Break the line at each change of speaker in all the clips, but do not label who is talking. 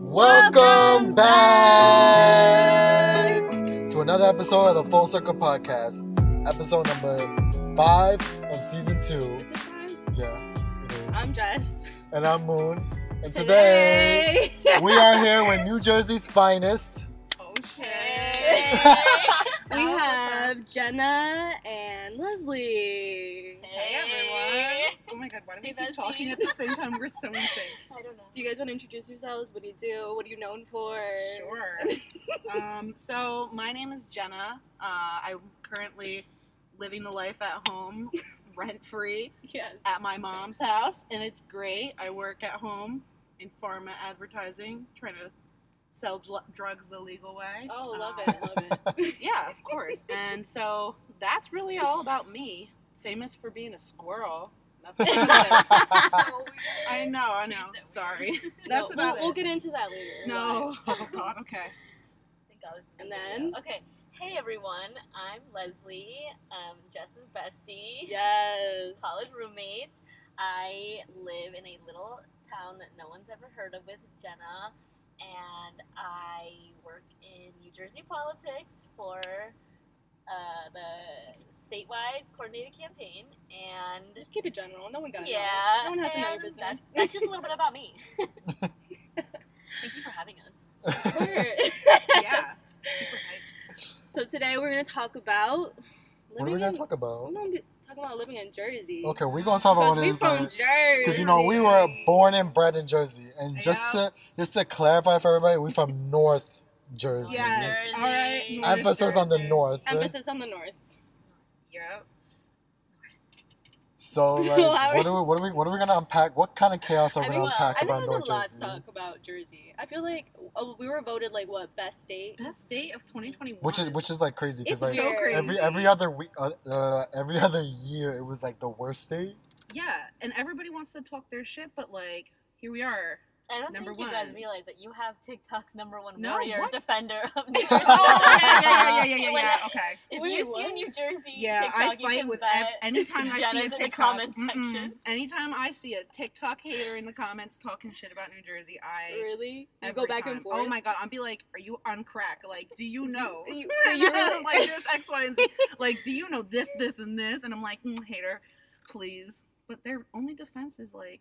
Welcome back to another episode of the Full Circle Podcast, episode number five of season two.
Is it time?
Yeah, it is.
I'm Jess.
and I'm Moon, and today we are here with New Jersey's finest.
oh
Hey.
shit. we have Jenna and Leslie.
Hey, everyone.
Oh my god, why do we
Hey,
keep
besties.
talking at the same time? We're so insane.
I don't know.
Do you guys want to introduce yourselves? What do you do? What are you known for?
Sure. um, so my name is Jenna. Uh, I'm currently living the life at home, rent free,
Yes.
at my mom's house, and it's great. I work at home in pharma advertising, trying to sell dr- drugs the legal way.
Oh, love
Um,
it. Love it.
Yeah, of course. and so that's really all about me. Famous for being a squirrel. That's about it. I know, I
Jeez,
know.
that weird.
Sorry.
No,
That's about
we'll, We'll
it.
get into that later.
No. Oh God. Okay.
Thank God this is
And
a
then-
video. okay. Hey everyone, I'm Leslie. Um, Jess's bestie.
Yes.
College roommates. I live in a little town that no one's ever heard of with Jenna, and I work in New Jersey politics for uh, the statewide coordinated campaign. And
Just keep it general. No one got it.
yeah,
No one has to know your
and
business.
That's, that's just a little bit about me. Thank you for having us.
Sure.
Yeah.
So today we're gonna talk about
what are we gonna talk about?
We're gonna be talking about living in Jersey.
Okay, we're gonna talk about
Because
what
we
it is
from
like.
Jersey.
Because you know we were born and bred in Jersey, and just
Yeah.
to just to clarify for everybody, we from North Jersey.
Yes.
Jersey.
All right. North
Emphasis on the
Jersey.
North.
Emphasis on the north.
Yep.
So like,
So how
what are we, what are we, what are we gonna unpack? What kind of chaos are we
I
gonna
think, uh,
unpack
I think
about
there's
North
a lot
Jersey?
to talk about Jersey. I feel like oh, we were voted like what best state.
Best state of 2021.
Which is which is like crazy
It's
because like
weird.
crazy.
every every other week, uh, uh, every other year, it was like the worst state.
Yeah, and everybody wants to talk their shit, but like here we are.
I don't
Number
think you guys
one.
realize that you have TikTok's number one
No,
warrior
what?
defender of New Jersey.
Oh yeah, yeah, yeah, yeah, yeah,
When-
yeah. Okay.
If
Wait,
you see
what?
a New Jersey
Yeah,
TikTok,
I
you
fight
can
with ev-
bet
anytime I see
Jenna's
a
in the
TikTok.
comment
mm-mm.
section.
Anytime I see a TikTok hater in the comments talking shit about New Jersey, I
Really? You
every
go back and
time-
forth.
Oh my god, I'll be like, "Are you on crack? Like, do you know?
you- do you really-
like this X, Y, and Z. Like, do you know this, this, and this?" And I'm like, mm, "Hater, please." But their only defense is like,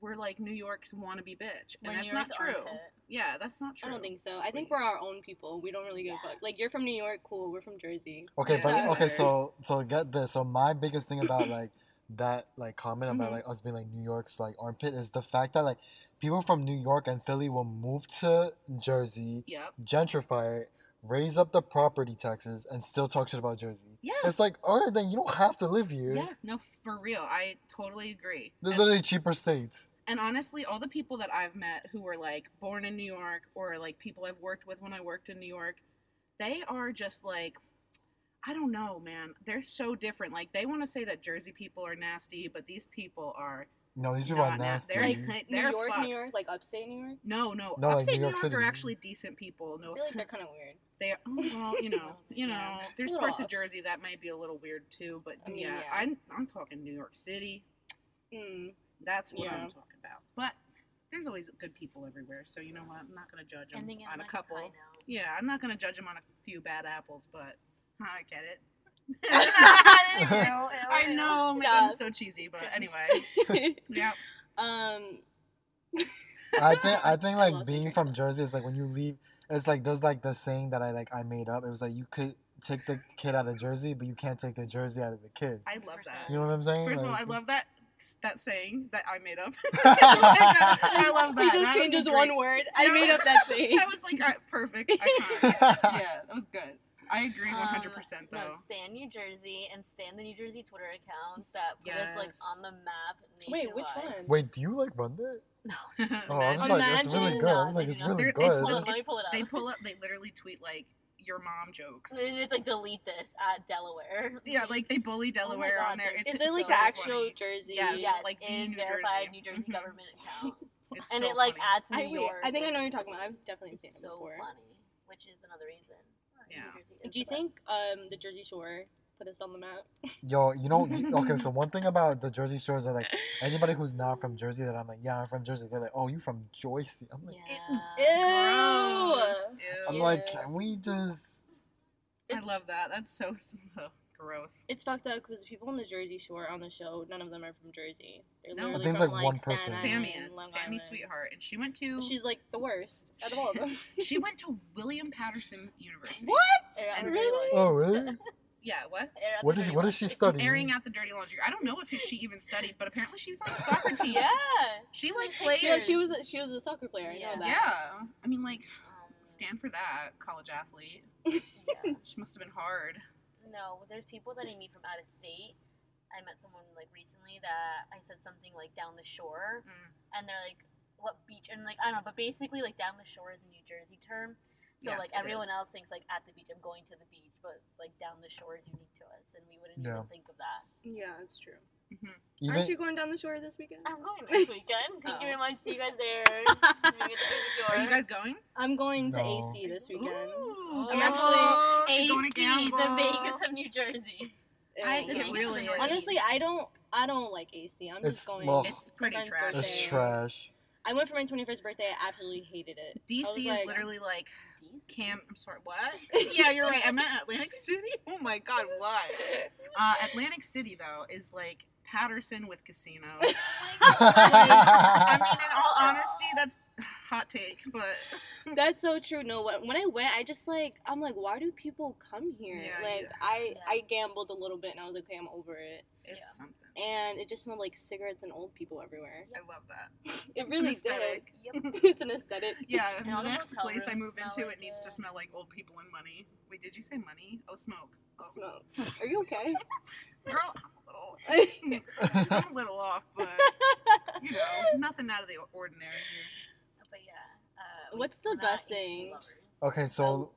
"We're like New York's wannabe bitch," and
when
that's
you're
not
his
true.
armpit.
Yeah, that's not true.
I don't think so. I think
Please.
we're our own people. We don't really give a
Yeah.
fuck. Like you're from New York, cool. We're from Jersey.
Okay,
Yeah.
but okay, so so get this. So my biggest thing about like that like comment about
Mm-hmm.
Mhm.
like us being like New York's like armpit is the fact that like people from New York and Philly will move to Jersey,
Yep.
gentrify it, raise up the property taxes, and still talk shit about Jersey.
Yeah.
It's like, all right, then you don't have to live here.
Yeah. No, for real. I totally agree.
There's
And,
literally cheaper states.
and honestly, all the people that I've met who were like born in New York or like people I've worked with when I worked in New York, they are just like, I don't know, man. They're so different. Like they want to say that Jersey people are nasty, but these people are
No, these people are
not nasty.
nasty.
They're,
Like,
they're
New York,
fucked.
New York, like upstate New York.
No, no.
No, like
Upstate
New
New
York
York, are
City.
actually decent people.
I
No,
feel like they're kind of weird.
They are, oh, well, you know, you know,
Yeah.
there's
A little
parts of
off.
Jersey that might be a little weird too, but
I mean,
yeah,
uh Oh, yeah.
I'm, I'm talking New York City.
Mm.
That's what
Yeah.
I'm talking about. But there's always good people everywhere, so you know what? I'm not gonna judge them
Ending in
on a
like
couple.
high note.
Yeah, I'm not gonna judge them on a few bad apples, but I get it. I didn't even- I know, oh man, I'm so cheesy, but anyway, yeah.
um.
I think I think
lost
like
my train
being
of
from
thought.
Jersey is like when you leave, it's like there's like the saying that I like I made up. It was like you could take the kid out of Jersey, but you can't take the Jersey out of the kid.
I love that.
You know what I'm saying?
First of all, I
Like-
love that that saying that I made up. I love that.
He
That was
just
a
changes
great-
one word. I
Yeah.
made up that thing.
That was like uh, perfect. Iconic. yeah, that was good. I agree
Um,
100% though.
No, Stan New Jersey and Stan the New Jersey Twitter account that put us like
Yes.
on the map.
Wait, which one?
nationwide.
Wait, do you like run that? Oh, I was
Imagine-
like, it's really
Imagine
good. I was
not,
like,
you
it's
know.
really
They're-
good.
Hold
It's-
on, let me pull it up.
they pull up, they literally tweet like your mom jokes.
And it's like delete this at Delaware.
Yeah, like they bully Delaware
God,
on there.
dude.
It's
Is it like the
so
actual
funny.
Jersey?
Yeah,
yeah,
it's like the
in
New
verified
Jersey.
New Jersey
Mhm.
government account,
It's
and
so
it like
funny.
adds
I, wait,
New York.
I think I
which
know what you're talking about. I've definitely
It's
seen it
so
before.
funny, which is another reason. why New
Yeah.
Jersey is
Do you
the best.
think um, the Jersey Shore put us on the map.
Yo, you know, you- okay, so one thing about the Jersey Shore is that, like, anybody who's not from Jersey that I'm like, yeah, I'm from Jersey, they're like, oh, you from Joyce? I'm like,
Yeah.
Gross.
I'm
Ew.
like,
Yeah.
can we just.
I
It's-
love that. That's so ugh, gross.
It's fucked up because people on the Jersey Shore on the show, none of them are from Jersey. They're
No. I
literally
think it's
from
like
like,
one person.
Staten
Sammy
Island,
is
Long
Sammy
Island.
Sweetheart, and she went to
She's like the worst out of all of them.
she went to William Patterson University.
What?
And
Really?
Oh, really? Mm-hmm.
Yeah, what?
Air out
What
the
is,
dirty
what
laundry.
is she studying?
Airing out the dirty laundry. I don't know if she even studied, but apparently she was on the soccer team.
Yeah.
She like
She
played.
She, no, she was a, she was a soccer player. I
Yeah.
know
yeah.
that.
I mean, like,
Um,
stand for that, college athlete.
yeah.
She must have been hard.
No, there's people that I meet from out of state. I met someone like recently that I said something like down the shore,
Mm.
and they're like, "What beach?" And like I don't know, but basically like down the shore is a New Jersey term. So
Yes,
like
it
everyone
is.
else thinks like at the beach, I'm going to the beach, but like down the shore is unique to us, and we wouldn't
Yeah.
even think of that.
Yeah, it's true.
Mhm.
Aren't
Even,
you going down the shore this weekend?
I'm going next weekend. Thank you very much. See Oh. you guys there. Maybe it's pretty
Are
short.
you guys going?
I'm going to
No.
AC this weekend.
Ooh,
I'm
gamble.
AC,
Oh, She's going to gamble.
the Vegas of New Jersey.
I-
Ew.
it
it really is.
Honestly, I don't I don't like AC. I'm
It's-
just going.
well,
it's pretty
friend's
trash.
birthday.
it's trash.
I went for my 21st birthday. I absolutely hated it. I was
DC is
like-
literally like
DC.
Cam. I'm sorry. What? yeah, you're right. I meant Atlantic City. Oh my God, what? Uh, Atlantic City though is like Patterson with casinos. I mean, in all honesty, that's hot take, but
That's so true. No, when when I went, I just like I'm like, why do people come here?
Yeah,
like
yeah.
I
Yeah.
I gambled a little bit and I was like, okay, I'm over it.
it's
Yeah.
something.
And it just smelled like cigarettes and old people everywhere.
I love that.
It really did.
aesthetic.
Yep. Oh,
it's an aesthetic.
Yeah,
And all
the
the
next
hotel
place I
rooms
move
smell
into,
like
it needs to
it.
smell like old people and money. Wait, did you say money? Oh, smoke. Oh,
Smoke. Are you okay?
Girl, I'm a little, I'm a little off, but you know, nothing out of the ordinary here.
But yeah. Uh, we-
What's the
we're not
best
AC
thing?
lovers.
okay, so.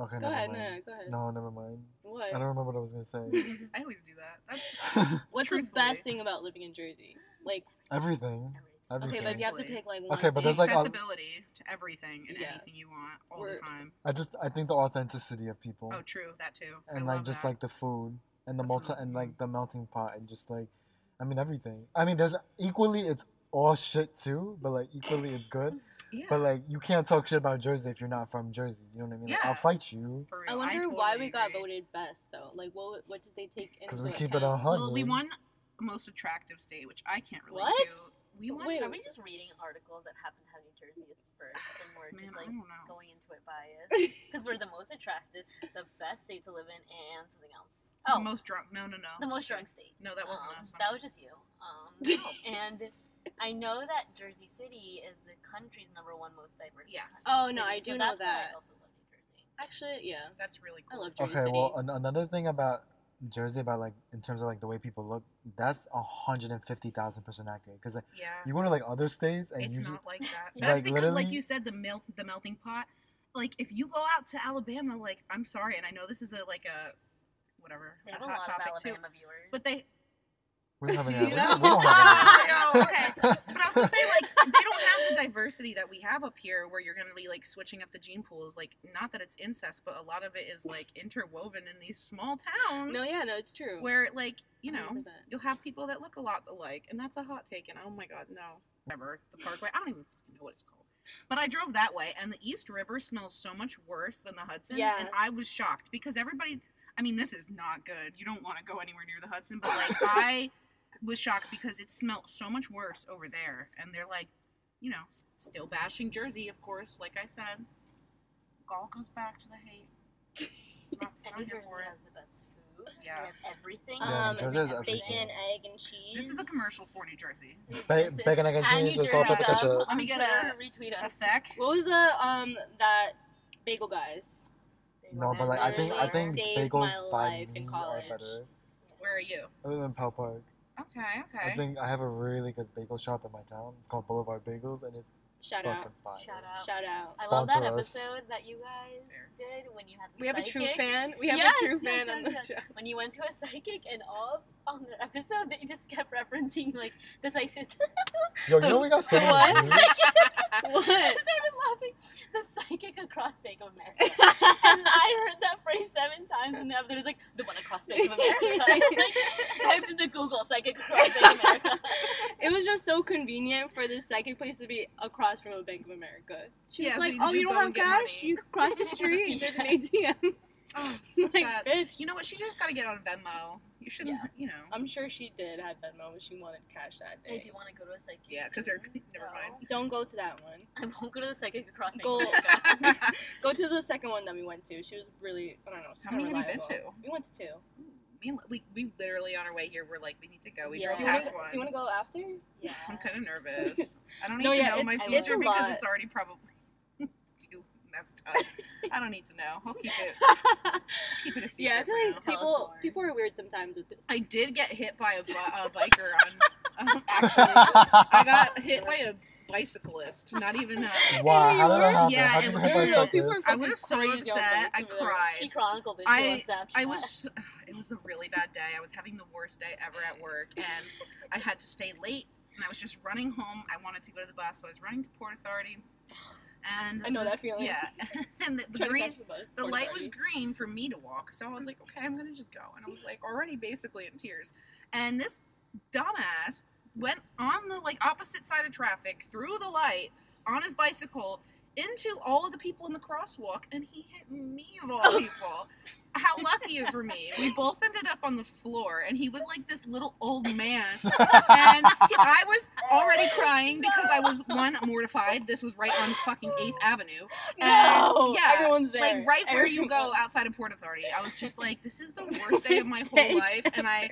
Okay,
Um, go
never
ahead. No,
mind.
no, go ahead.
No, never mind. I
What?
don't remember what I was going to say.
I always do that. That's
What's the
truthfully.
best thing about living in Jersey? Like,
Everything.
Everything.
okay,
Everything.
but you have to
Truthfully.
pick like one.
Okay, but
thing.
there's, like, a-
accessibility to everything and
Yeah.
anything you want all
We're-
the time.
I just I think the authenticity of people
Oh, true, that too. I
and like
love
just
that.
like the food and the
That's
multi
another
and
thing.
like the melting pot and just like I mean everything. I mean there's equally it's all shit too, but like equally it's good.
yeah,
But like you can't talk shit about Jersey if you're not from Jersey. You know what I mean? Like,
Yeah.
I'll fight you
for real.
I wonder why
totally
we got
agree.
voted best though. Like, what what did they take into
because we keep it
account?
a hundred.
Well, we won most attractive state, which I can't relate
What?
to. We won.
Wait,
Are we just reading articles that happen to have New Jersey as first, and we're
man,
just
I
like
don't know.
going into it biased because we're the most attractive, the best state to live in, and something else. Oh,
the most drunk. No, no, no.
the most drunk state.
No, that wasn't
Um,
us.
That was just you. Um, and I know that Jersey City is the country's number one most diverse.
Yes.
city,
Oh, no, I
so
do know
that's why I
that.
also love New Jersey.
Actually, yeah.
That's really
I
cool.
love Jersey
Okay,
City.
well uh, an- another thing about Jersey about like in terms of like the way people look, that's a hundred and fifty thousand percent accurate. Because like
Yeah.
you go to like other states and
it's
you
not
just
like that.
Like,
That's because,
literally-
like you said, the melt, the melting pot. Like if you go out to Alabama, like I'm sorry, and I know this is a like a whatever
They have a
hot
lot of
topic too,
Alabama viewers.
but they.
we don't have any.
You
we don't we
know?
don't have
I know,
any.
okay. But I was gonna say, like, they don't have the diversity that we have up here, where you're gonna be like switching up the gene pools. Like, not that it's incest, but a lot of it is like interwoven in these small towns,
no, yeah, no, it's true.
where like you know
100%.
you'll have people that look a lot alike, and that's a hot take. And oh my god, no, Whatever the Parkway. I don't even fucking know what it's called. But I drove that way, and the East River smells so much worse than the Hudson.
Yeah.
And I was shocked because everybody. I mean, this is not good. You don't want to go anywhere near the Hudson, but like I was shocked because it smelled so much worse over there, and they're like, you know, s- still bashing Jersey, of course. Like I said, it all goes back to the hate. Not-
and
not
New
here
Jersey
for it.
has the best food. They
Yeah.
have everything.
Yeah,
um,
New Jersey has everything.
bacon, egg, and cheese.
This is a commercial for New Jersey.
Ba- bacon, egg, and
I
cheese with
need your
salt, pepper,
help.
ketchup.
Let me get a-
retweet
A
us.
sec.
What was the um that bagel guys?
No, but like I think I
Literally
think
saved
bagels
my
by
life in
me are
college.
better.
Where are you?
Other than Pell Park,
Okay, okay.
I think I have a really good bagel shop in my town. It's called Boulevard Bagels, and it's
Shout out.
fucking fire.
Shout out.
Shout out.
I love that
Sponsor us.
episode that you guys did when you had the
We have a true
psychic.
fan. We have
Yes,
a true
yes,
fan
yes,
on the
yes.
show.
When you went to a psychic and all on the episode, they just kept referencing like the psychic.
Yo, you know we got so many.
What?
views?
What?
I started laughing. The psychic across Bank of America. and I heard that phrase seven times in the episode. It's like the one across Bank of America. like, types into Google psychic across Bank of America.
It was just so convenient for this psychic place to be across from a Bank of America. She
Yeah,
was
so
like,
you
"Oh,
just
you don't
go
have
and get
cash?
money."
You cross the street and there's an ATM."
Oh, so
I'm like,
sad.
bitch.
You know what? She just got to get on Venmo. You shouldn't,
Yeah.
you know.
I'm sure she did have Venmo, but she wanted cash that
I
day.
do want to go to a psychic.
Yeah, 'cause they're-
soon.
never mind.
Don't go to that one.
I won't go to the psychic across Bank
Go-
of America.
Um, Go to the second one that we went to. She was really, I don't know. she's
How many
kinda
have you been
reliable. We went to two.
Me and- we, we literally on our way here, we're like, we need to go. We
Yeah.
drove
Do you,
past
wanna,
one.
do you wanna go after?
Yeah.
I'm kind of nervous. I don't
No,
need
yeah,
to know my
it's-
it's
future
a
because
lot.
it's already probably too messed up. I don't need to know. I'll keep it, keep it a secret.
yeah, I feel
for
like
now.
Tell us
people
more.
people are weird sometimes with
I did get hit by a, bu- a biker on. um, actually, I got hit by a bicyclist. Not even. A,
wow,
New
how did that
York?
happen?
Yeah,
How'd you
it
get hit by
was-
a
Yeah,
people are
cyclist?
I was so
Crazy on
upset. I
bikes over there.
She
cried.
chronicled it.
I-
too on Snapchat.
I was. It was a really bad day. I was having the worst day ever at work, and I had to stay late. And I was just running home. I wanted to go to the bus, so I was running to Port Authority. And
I know that feeling.
Mm-hmm. Yeah, and the, the
trying to
green
catch the bus.
the
Or
light
sorry.
was green for me to walk, so I was like, okay, I'm gonna just go. And I was like already basically in tears. And this dumbass went on the like opposite side of traffic through the light on his bicycle into all of the people in the crosswalk and he hit me of all people. How lucky for me. We both ended up on the floor and he was like this little old man and I was already crying because I was one mortified. This was right on fucking 8th Avenue.
No,
yeah,
everyone's there.
Like right where you go
Everyone.
outside of Port Authority. I was just like, this is the worst day of my whole life, and I,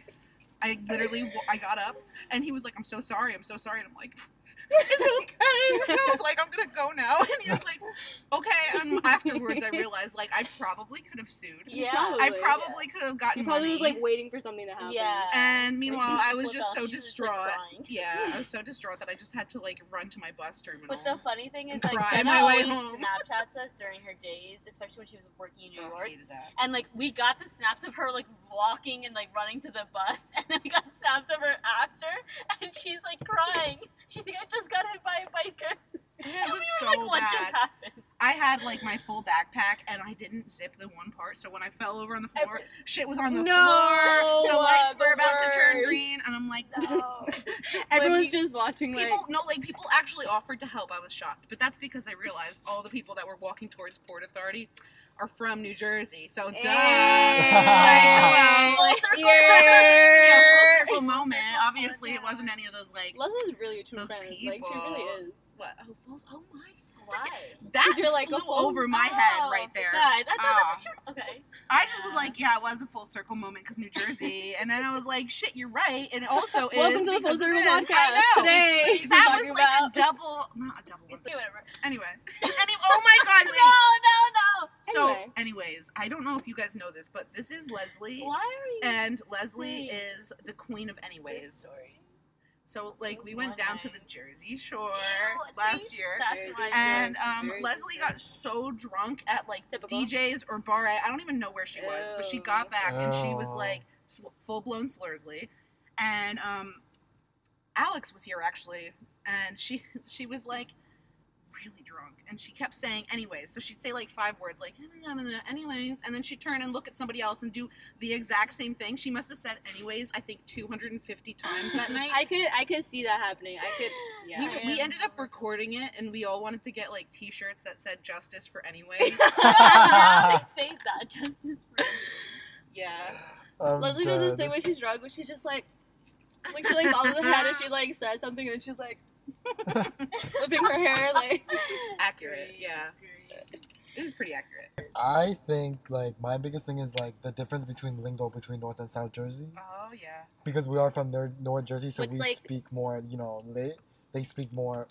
I literally, wa- I got up, and he was like, I'm so sorry, I'm so sorry, and I'm like. It's okay. And I was like, I'm gonna go now, and he was like, okay. And afterwards, I realized like I probably could have sued.
Yeah.
I
Probably,
probably could have gotten
You probably
money.
was like waiting for something to happen.
Mm-hmm. Yeah.
and meanwhile, I was
Flip
just
out.
so
She was, like,
distraught.
crying.
yeah, I was so distraught that I just had to like run to my bus terminal.
But the funny thing is,
And
like,
cry
Jenna
my way
always
home.
Snapchats us during her days, especially when she was working in New
Oh, I
York.
hated that.
And like, we got the snaps of her like walking and like running to the bus, and then we got snaps of her after, and she's like crying. She think I just got hit by a biker.
Yeah, it
and
was
we
so
were like, what
bad.
just happened?
I had like my full backpack and I didn't zip the one part, so when I fell over on the floor,
Every-
shit was on
No,
the floor. The
uh,
lights were
the
about to turn
worst.
green, and I'm like,
No.
Everyone's
you-
just watching like
people, no, like people actually offered to help. I was shocked, but that's because I realized all the people that were walking towards Port Authority are from New Jersey, so duh.
Hey.
Like, hello.
Full circle.
Yeah,
yeah.
full circle moment.
circle
Obviously, it
moment.
wasn't any of those like
Leslie's really a true
Those
friend. Like she really
people.
is.
what? Oh, full, oh my!
Why?
That
you're like,
flew
oh,
over my head right there.
Guys, I
Ah.
thought that's what you Okay.
I just was like, yeah, it was a full circle moment because New Jersey, and then I was like, shit, you're right, and it also is
Welcome to the
because
Full
of
Circle
this.
podcast.
I know.
Today we're
that was
talking
like
about
a double, not a double. One.
Okay, whatever.
Anyway, anyway, oh my god,
No,
wait.
no,
So,
Anyway.
anyways, I don't know if you guys know this, but this is Leslie,
no. Why are you?
and Leslie
Wait.
is the queen of
this
anyways.
story?
So, like, we
Those
went
one
down to
night.
the Jersey Shore
Ew, see?
last year.
That's why.
and
Yeah,
um,
very
Leslie
different.
got so drunk at like
Typical.
DJs or bar. I don't even know where she was, but she got
Ew.
back and she was
Ew.
like sl- full blown Slursley. And um, Alex was here actually, and she she was like really drunk, and she kept saying anyways. So she'd say like five words like anyways, and then she'd turn and look at somebody else and do the exact same thing. She must have said anyways I think 250 times that night.
I could I could see that happening. I could yeah.
We,
I
we
am-
ended up recording it, and we all wanted to get like T-shirts that said "Justice for Anyways."
now they say that just as
yeah,
I'm
Leslie does this
dead.
thing when she's drunk, when she's just like, like she like follows her head and she like says something and she's like, flipping her hair like.
accurate. Yeah, it was pretty accurate.
I think like my biggest thing is like the difference between lingo between North and South Jersey
Oh yeah.
because we are from Nor- North Jersey, so
It's
we
like-
speak more, you know, lit. They speak more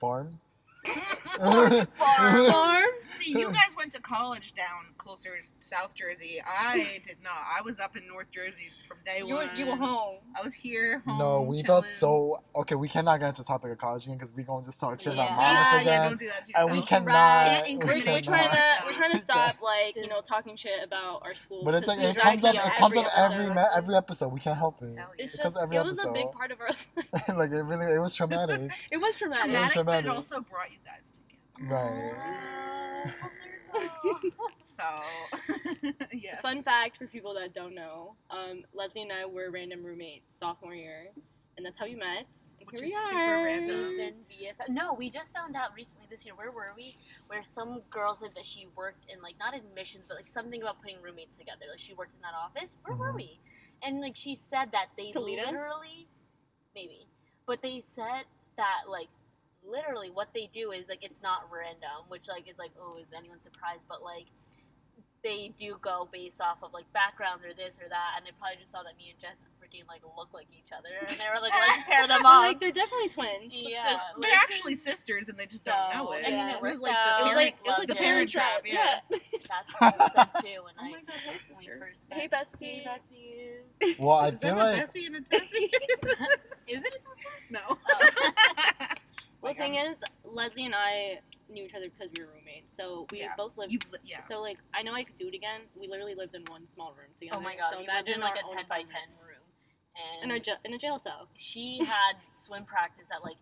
farm.
Farm.
See, you guys went to college down closer to South Jersey. I did not. I was up in North Jersey from day
You were,
one.
you were home.
I was here. Home,
no, we felt
chilling.
so okay. We cannot get into the topic of college again because we gonna just start shit
Yeah.
on
Ah,
Monmouth
yeah,
again,
don't do that to
and we
yourself.
cannot.
Right.
we
Can't
We're, we're
Pretty
trying
cannot.
to
much.
we're trying to stop like you know talking shit about our school.
But it's
'cause
like
we
it
drag
comes up.
you
It
out
comes up
episode.
every ma- every episode. We can't help it.
Hell yeah.
It's
it
just
comes
it
every
was a big
episode.
part of our. life.
like it really, it was traumatic.
It was traumatic.
traumatic, but it
Traumatic.
also brought you guys together.
right.
real. full circle.
So, yes.
Fun fact for people that don't know: um, Leslie and I were random roommates sophomore year, and that's how we met. And
Which
here we
is
are.
super random.
We've been BFF. No, we just found out recently this year. Where were we? Where some girl said that she worked in like not admissions, but like something about putting roommates together. Like she worked in that office. Where were
Mhm.
we? And like she said that they
Toledo?
literally, maybe, but they said that like literally what they do is like it's not random, which like is like oh is anyone surprised? But like they do go based off of like backgrounds or this or that, and they probably just saw that me and Jess and Brittany like look like each other, and they were like let's pair them
But,
up.
like they're definitely twins. Let's
Yeah.
just-
They're
like-
actually sisters and they just don't know
So,
it.
and
it
it
was like
worked
the
out.
it was
parent,
like it was
love
like the
it.
parent trap. Yeah.
That's what I said too when
Oh
I
my God, hey,
when we
sisters.
first met.
Hey,
Hey,
bestie.
besties.
Well, I
Is that
feel
a
like
Bessie and a Tessie?
Is it?
no.
Oh.
Well,
Like,
thing
I'm-
is, Leslie and I knew each other because we were roommates, so we
Yeah.
both lived.
You li- yeah.
So like, I know I could do it again. We literally lived in one small room together.
Oh my god,
So
we lived in
imagine
like
our
a
own
ten by
apartment.
ten room, and
in a ja- in a jail cell.
she had swim practice at like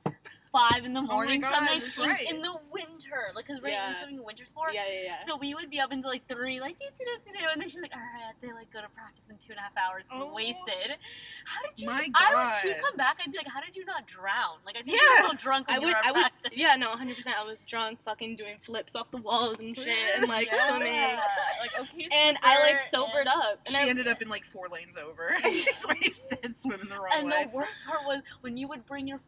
five in the
my
morning
God,
some nights
that's
in,
right.
in the winter, like because right
Yeah.
in swimming winter sport.
Yeah, yeah, yeah.
So we would be up until like three, like do do do do, do, and then she's like, "All right, I have to like go to practice in two and a half hours." and
Oh.
Wasted. How did you?
My
I would. She'd
God.
come back. I'd be like, "How did you not drown?" Like I think
Yeah.
she was so drunk. When
I
we
would,
were at
I would,
practice.
yeah, no, 100%. I was drunk, fucking doing flips off the walls and shit, and like
Yeah.
swimming.
Like okay.
And I like
super,
sobered
and-
up. And
she
I,
ended up in like four lanes over. She's wasted swimming the wrong
And
way.
the worst part was when you would bring your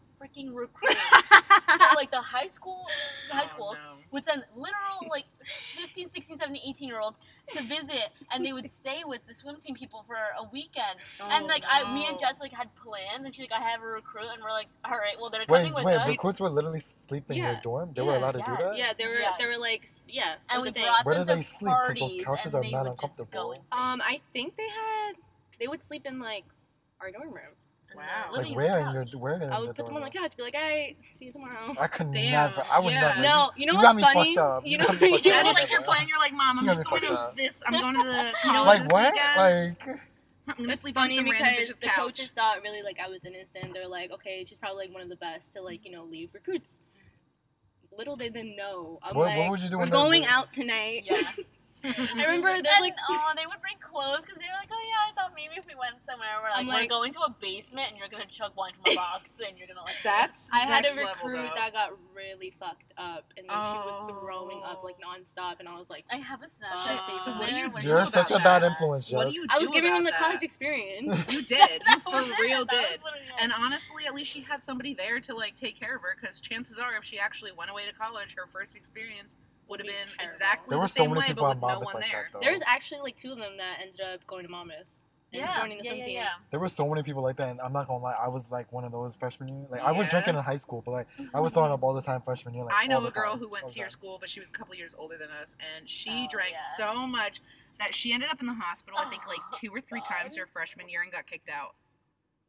freaking recruits. so like the high school, high
Oh,
schools
no.
would send literal like 15, 16, 17, 18 year olds to visit, and they would stay with the swim team people for a weekend. and
Oh,
like I, me and
no.
Jess like had plans, and she's like, I have a recruit, and we're like, all right, well they're
wait,
coming with
wait,
us.
recruits were literally sleeping in
Yeah.
your dorm. They were
Yeah,
allowed to
yeah.
do that.
Yeah, they were,
Yeah.
they were like, s- yeah.
and we
that's the thing.
brought
Where
them
do
to
they sleep? 'Cause those
parties,
couches
and
are
they
mad
would just
uncomfortable.
Go insane.
Um, I think they had, they would sleep in like our dorm room.
And
Wow.
they're
Like,
living
Like
on
where in
the
your
couch.
where in
I
the
would put
dorm
them on the
room?
couch, be like, all right, see you tomorrow.
I could
Damn,
never. I would
yeah.
never.
No, you know
you got
what's
me
funny?
fucked up.
You
You
know,
got me fucked
yeah,
up.
That's like your plan. You're like, Mom, I'm
You
just
gotta
going
be
to
fucked
this. I'm going to the college
like
this
what?
weekend.
Like
I'm gonna
It's
sleep
funny
on some
because
random bitch's
the
couch.
coaches thought really like I was innocent. They're like, okay, she's probably like one of the best to like you know leave recruits. Little did they know. I'm
what,
like,
what would you do?
we're
when
going
they're,
out tonight.
Yeah.
I remember
And,
there's, like-
oh, they would bring clothes because they were like, oh yeah, I thought maybe if we went somewhere, we're like,
I'm like-
we're going to a basement and you're gonna chug wine from a box and you're gonna like.
That's
I had a
next level,
recruit
though.
that got really fucked up, and then she was throwing up like
Oh.
nonstop, and I was like,
I have a
Shit,
Snapchat saved
so
from
what do
there
you
when
do
we
You're
were
such a bad
back then.
influence,
What
Jess.
do you
I was giving
about
them the
that?
college experience.
You did.
That
You for
was it.
real
Oh, That was
did.
literally it.
And honestly, at least she had somebody there to like take care of her because chances are, if she actually went away to college, her first experience would have
Be
been
terrible.
exactly
There
the
were so
same
many
way,
people
but
on
with no
Monmouth
one
like
there.
that though.
There's actually like two of them that ended up going to Monmouth and
yeah,
joining the
yeah,
swim
yeah,
team.
yeah.
There were so many people like that, and I'm not gonna lie, I was like one of those freshman year. Like I was
Yeah.
drinking in high school, but like I was throwing up all the time freshman year. Like
I
all
know
the
a girl
time. Oh,
who went
All
to
the
your
time.
school, but she was a couple years older than us, and she
Oh,
drank
yeah.
so much that she ended up in the hospital. I think like
Oh,
two or three
God.
times her freshman year and got kicked out.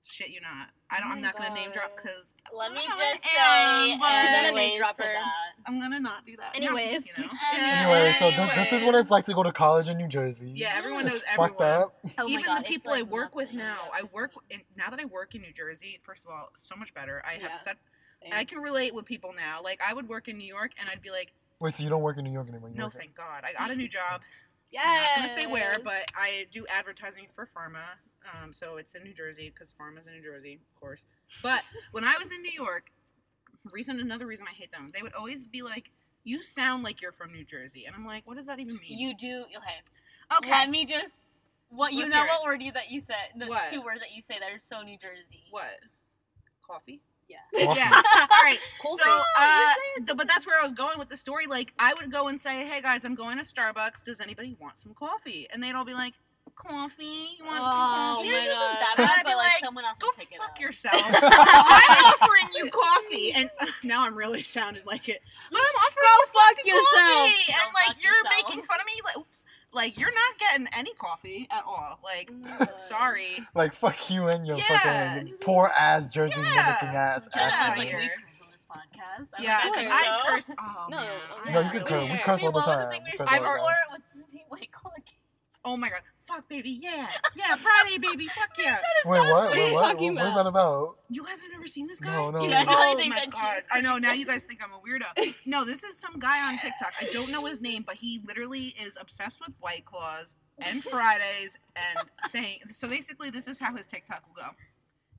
Shit, you not. I don't.
Oh
I'm
my
not gonna name
God.
drop because
Let me
I am,
just say,
but- She's gonna
name
anyways,
drop
to
her.
that.
I'm gonna not do that. Not-
Anyways.
you know.
Anyway, so
Anyways.
this, this is what it's like to go to college in New Jersey.
Yeah, everyone
it's
knows
fucked
everyone.
up.
Oh my
even
God,
the
it's
people
like
I work with
nothing.
now, I work in, now that I work in New Jersey. First of all, so much better. I have
Yeah.
such.
Same.
I can relate with people now. Like I would work in New York, and I'd be like,
Wait, so you don't work in New York anymore? You
"No,
work in-
thank God, I got a new job. I'm
Yes.
not gonna say where, but I do advertising for pharma. Um, so it's in New Jersey because pharma's in New Jersey, of course. But when I was in New York, reason another reason I hate them, they would always be like, "You sound like you're from New Jersey," and I'm like, "What does that even mean?"
You do okay.
okay,
Let me just. What you
Let's
know?
hear
What word you that you said? The
What?
two words that you say that are so New Jersey.
what? Coffee?
Coffee.
Yeah. All right.
Cool
so,
thing.
uh, th- but that's where I was going with the story. Like, I would go and say, "Hey guys, I'm going to Starbucks. Does anybody want some coffee?" And they'd all be like, "Coffee? You want
Oh,
some coffee?"
my
Yours isn't
God.
that
And
bad,
I'd be
but like,
like,
someone else
Go
will pick it
fuck
up.
yourself. I'm offering you coffee, and now I'm really sounding like it. But I'm offering
Go
you
fuck
fucking
yourself.
coffee,
Go
and like
fuck
you're
yourself.
making fun of me. Like, oops. like you're not getting any coffee at all. Like,
Oh my God.
sorry.
Like fuck you and your
Yeah.
fucking poor ass Jersey
Yeah.
mimicking ass.
Jenna,
outta
accent.
like,
here.
we curse on this podcast. I'm
yeah,
like,
because
don't
I
know.
curse. Oh
No,
man,
oh,
I
No, you
Yeah.
can curse. We
really-
curse all the
Well,
time.
thing we
We
were
curse all
saying
the
before,
time.
what's his name? White Claw Kid.
Oh my god. talk, baby. Yeah, yeah, Friday, baby. Fuck yeah.
Wait, what?
What are
Wait,
you
what?
talking
What was
about?
that about?
You guys have never seen this guy?
No, no,
He's-
no. Yeah,
I
oh
think
my
that
god!
she's-
I know. Now you guys think I'm a weirdo. No, this is some guy on TikTok. I don't know his name, but he literally is obsessed with White Claws and Fridays and saying. So basically, this is how his TikTok will go.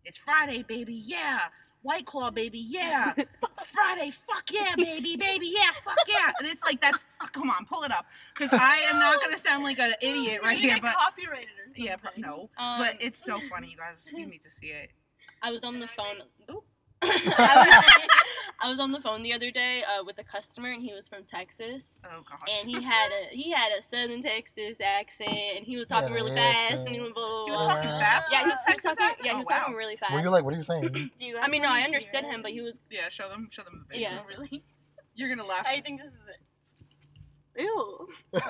It's Friday, baby. Yeah. White Claw, baby. Yeah. Friday. Fuck yeah, baby. Baby. Yeah. Fuck yeah. And it's like that's. oh, come on, pull it up, because I am not gonna sound like an idiot right here, but.
copyrighted or something.
Yeah, pro- no,
Um,
but it's so funny, you guys. You need to see it.
I was on the phone.
Oop.
I, was, I was on the phone the other day uh, with a customer, and he was from Texas,
Oh gosh.
and he had a he had a Southern Texas accent, and he was
He had
talking
an
really fast,
accent.
and he was blah blah
He
blah.
was
blah.
talking
Wow.
fast.
yeah, he was, he was
Texas
talking.
accent?
Yeah,
Oh,
he was
wow.
talking really fast.
Were you like, what are you saying?
Do you
I mean, no, I
actually
understood
hear
him, but he was
Yeah, show them, show them the video.
yeah, really.
You're gonna laugh.
I think this is it. Ew. Uh,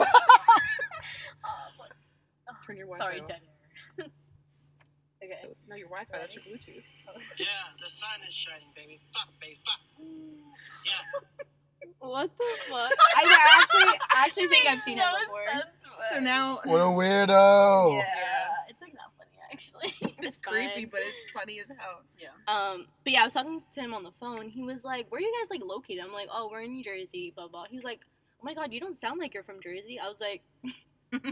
what-
Turn your
Sorry,
off.
dead. okay.
No, your Wi-Fi. That's your Bluetooth.
Yeah, the sun is shining, baby. Fuck, baby, fuck.
What the fuck? I, I actually, I actually think I've seen it
No
before.
sense,
So
but-
now
What a weirdo!
Yeah.
Yeah.
It's like not funny actually.
it's,
it's
creepy,
fine.
but it's funny as hell.
yeah.
Um, but yeah, I was talking to him on the phone. He was like, "Where are you guys like located?" I'm like, "Oh, we're in New Jersey." Blah blah. He's like, "Oh my god, you don't sound like you're from Jersey." I was like,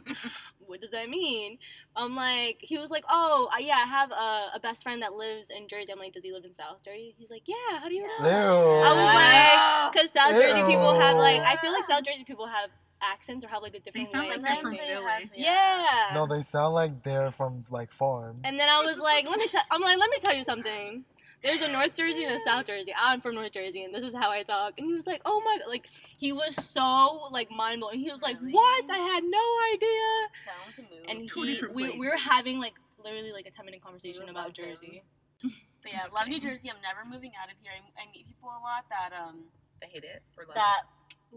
"What does that mean?" I'm like, he was like, "Oh, I, yeah, I have a, a best friend that lives in Jersey." I'm like, "Does he live in South Jersey?" He's like, "Yeah, how do you
Yeah.
know?"
I
was
Wow.
Because South Jersey people have like, I feel like
Ew.
South Jersey people have accents or have like a different
sound
way.
like
of
they're
saying
from
things.
Philly.
Yeah.
No, they sound like they're from like farm.
And then I was like, let me tell. I'm like, let me tell you something. There's a North Jersey and a South Jersey. I'm from North Jersey, and this is how I talk. And he was like, oh my, god. like he was so like mind blowing. He was like,
Really?
what? I had no
Sounds a move.
idea. And
two
he,
different
we, we were
places.
having like literally like a 10 minute conversation
You're
about
welcome.
Jersey.
But yeah,
Just
love New
kidding.
Jersey. I'm never moving out of here. I, I meet people a lot that um
They hate it or love
that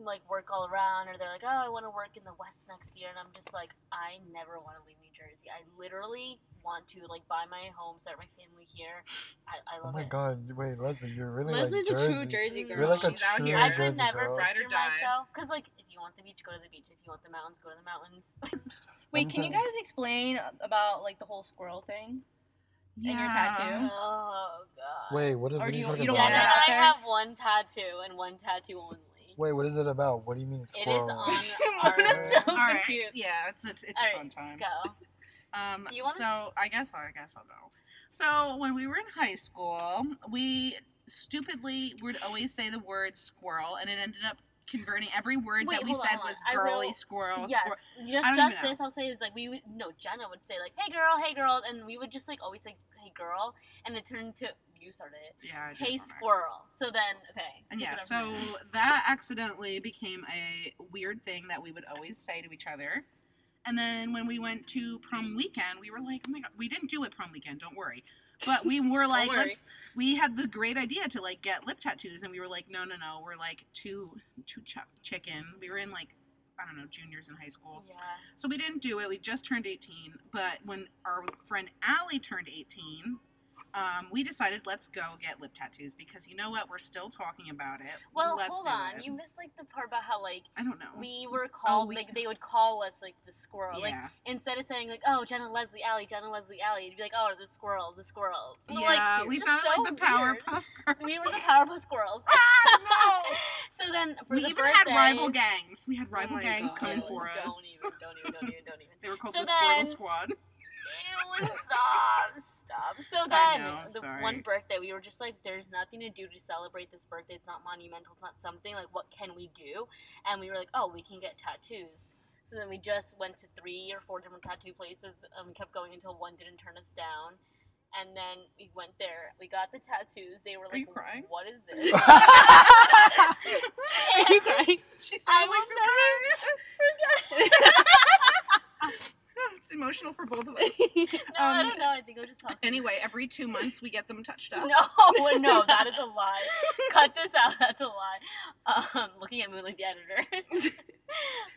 like work all around, or they're like, oh, I want to work in the West next year, and I'm just like, I never want to leave New Jersey. I literally want to like buy my home, start my family here. I, I
Oh
love
my
it.
god! Wait, Leslie, you're really
Leslie's
like
a
Jersey.
true Jersey girl.
You're
You're
like a
She's out
true
here.
I
Jersey
could never
girl.
Ride or
picture
die.
myself because like if you want the beach, go to the beach. If you want the mountains, go to the mountains.
Wait,
I'm
can you
telling
guys explain about like the whole squirrel thing? and
it.
your tattoo.
oh god.
Wait, what is
Or
what are you
do you-
talking
you don't
about?
want
Jenna,
that out
I
there?
have one tattoo and one tattoo only.
Wait, what is it about? What do you mean
It is
squirrel?
on
I'm
our
so
All right.
confused.
Yeah, it's a, it's
All
a
right,
fun time.
go.
Um,
Do you wanna-
so I guess I guess I'll go. So when we were in high school, we stupidly would always say the word squirrel, and it ended up converting every word
Wait,
that we
hold on,
said
hold on.
was
I will-
girly squirrel.
Yes,
squirrel. I
just,
don't even
just
know.
this. I'll say is like we would no. Jenna would say like, "Hey girl, hey girl," and we would just like always say, "Hey girl," and it turned to you started it.
Yeah. I did
Hey
all right.
squirrel. So then okay.
And
take
yeah,
it
so
over.
that accidentally became a weird thing that we would always say to each other. And then when we went to prom weekend, we were like, oh my god, we didn't do it prom weekend, don't worry. But we were like,
worry.
let's we had the great idea to like get lip tattoos and we were like, no, no, no, we're like too too ch- chicken. We were in like I don't know, juniors in high school.
yeah.
So we didn't do it. We just turned 18. But when our friend Allie turned 18, um, we decided let's go get lip tattoos because you know what? We're still talking about it.
Well,
let's
hold
do
on.
it.
You missed like the part about how like
I don't know.
we were called
we-
like they would call us like the squirrel.
yeah.
Like instead of saying like, "Oh, Jenna Leslie Alley, Jenna Leslie Alley," you'd be like, "Oh, the squirrels, the squirrels." So, like,
yeah, we
just
sounded
so
like the
weird.
Powerpuff Girls.
We were the powerful squirrels.
no.
so then Ah, for
we
the
even
birthday,
had rival gangs. We had rival
my
gangs
God.
coming
Ew,
for us.
Don't even, don't even, don't even, don't even.
They were called
So
the Squirrel
then-
Squad.
Ew, stop, stop.
I
So then,
know, I'm
the
sorry.
one birthday, we were just like, there's nothing to do to celebrate this birthday. It's not monumental. It's not something. Like, what can we do? And we were like, oh, we can get tattoos. So then we just went to three or four different tattoo places. And we kept going until one didn't turn us down. And then we went there. We got the tattoos. They were
Are you
like,
crying?
what is this?
Are you crying?
She
I
sounded
will
like she was
never forget.
crying. it's emotional for both of us.
no, I
Um,
don't know. I think I was just talking.
Anyway, every two months we get them touched up.
No, no, that is a lie. Cut this out. That's a lie. Um, looking at Moonlight the editor.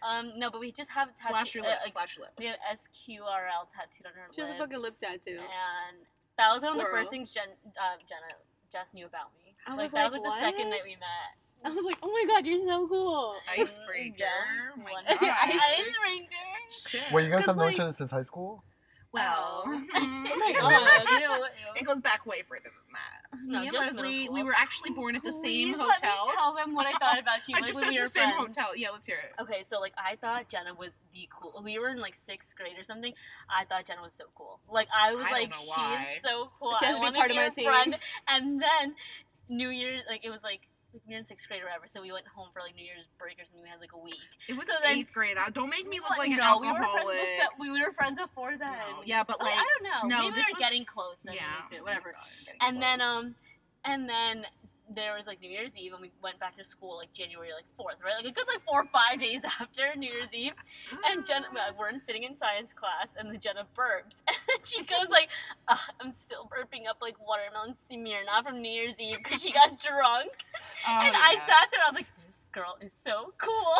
um, no, but we just have tattoo-
Flash your lip.
uh, like,
flash your lip.
we have SQRL tattooed on her
She has a
lip,
fucking lip tattoo.
and that was one of the
Squirrel.
first things Jen, uh, Jenna just knew about me.
I
like
was
that
like,
was like the second
"What?"
night we met.
I was like, oh my god, you're so cool.
Icebreaker.
Yeah,
My
one-
God.
Icebreaker.
Shit.
Wait, you guys
Cause,
have known
like-
each other since high school?
Well,
Oh.
Oh my god, ew,
it
ew.
goes back way further than that.
No,
Me and
just middle
Leslie, we
school.
were actually born at the same
Please Let
hotel.
me tell them what I thought about you.
I
like,
just
when
said
we
the
were
same
friends.
hotel. Yeah, let's hear it.
Okay, so like I thought Jenna was the cool. We were in like sixth grade or something. I thought Jenna was so cool. Like I was
I don't
like,
know
she
why."
is so cool.
She has to
I
be
wanna
part of my
her
team.
friend." And then New Year's, like it was like we were in sixth grade or whatever. So we went home for like New Year's break or something. We had like a week.
It was
So then-
eighth grade. I- Don't make me look
What?
like an
no, we were friends.
alcoholic.
befo- We were friends before then.
No. Yeah, but
Like,
like,
I don't know.
no,
Maybe we
this
were
was-
getting close. Then
yeah, Oh,
we did, whatever.
Getting
And then
close.
um, and then there was like New Year's Eve, and we went back to school like January like fourth, right? Like a good like four or five days after New Year's Eve. um, And Jenna, well, we're in sitting in science class, and then Jenna burps, and she goes like, "Ugh, "I'm still burping up like watermelon Smirnoff from New Year's Eve because she got drunk."
Oh,
and I
yeah.
sat there, I was like, "This girl is so cool."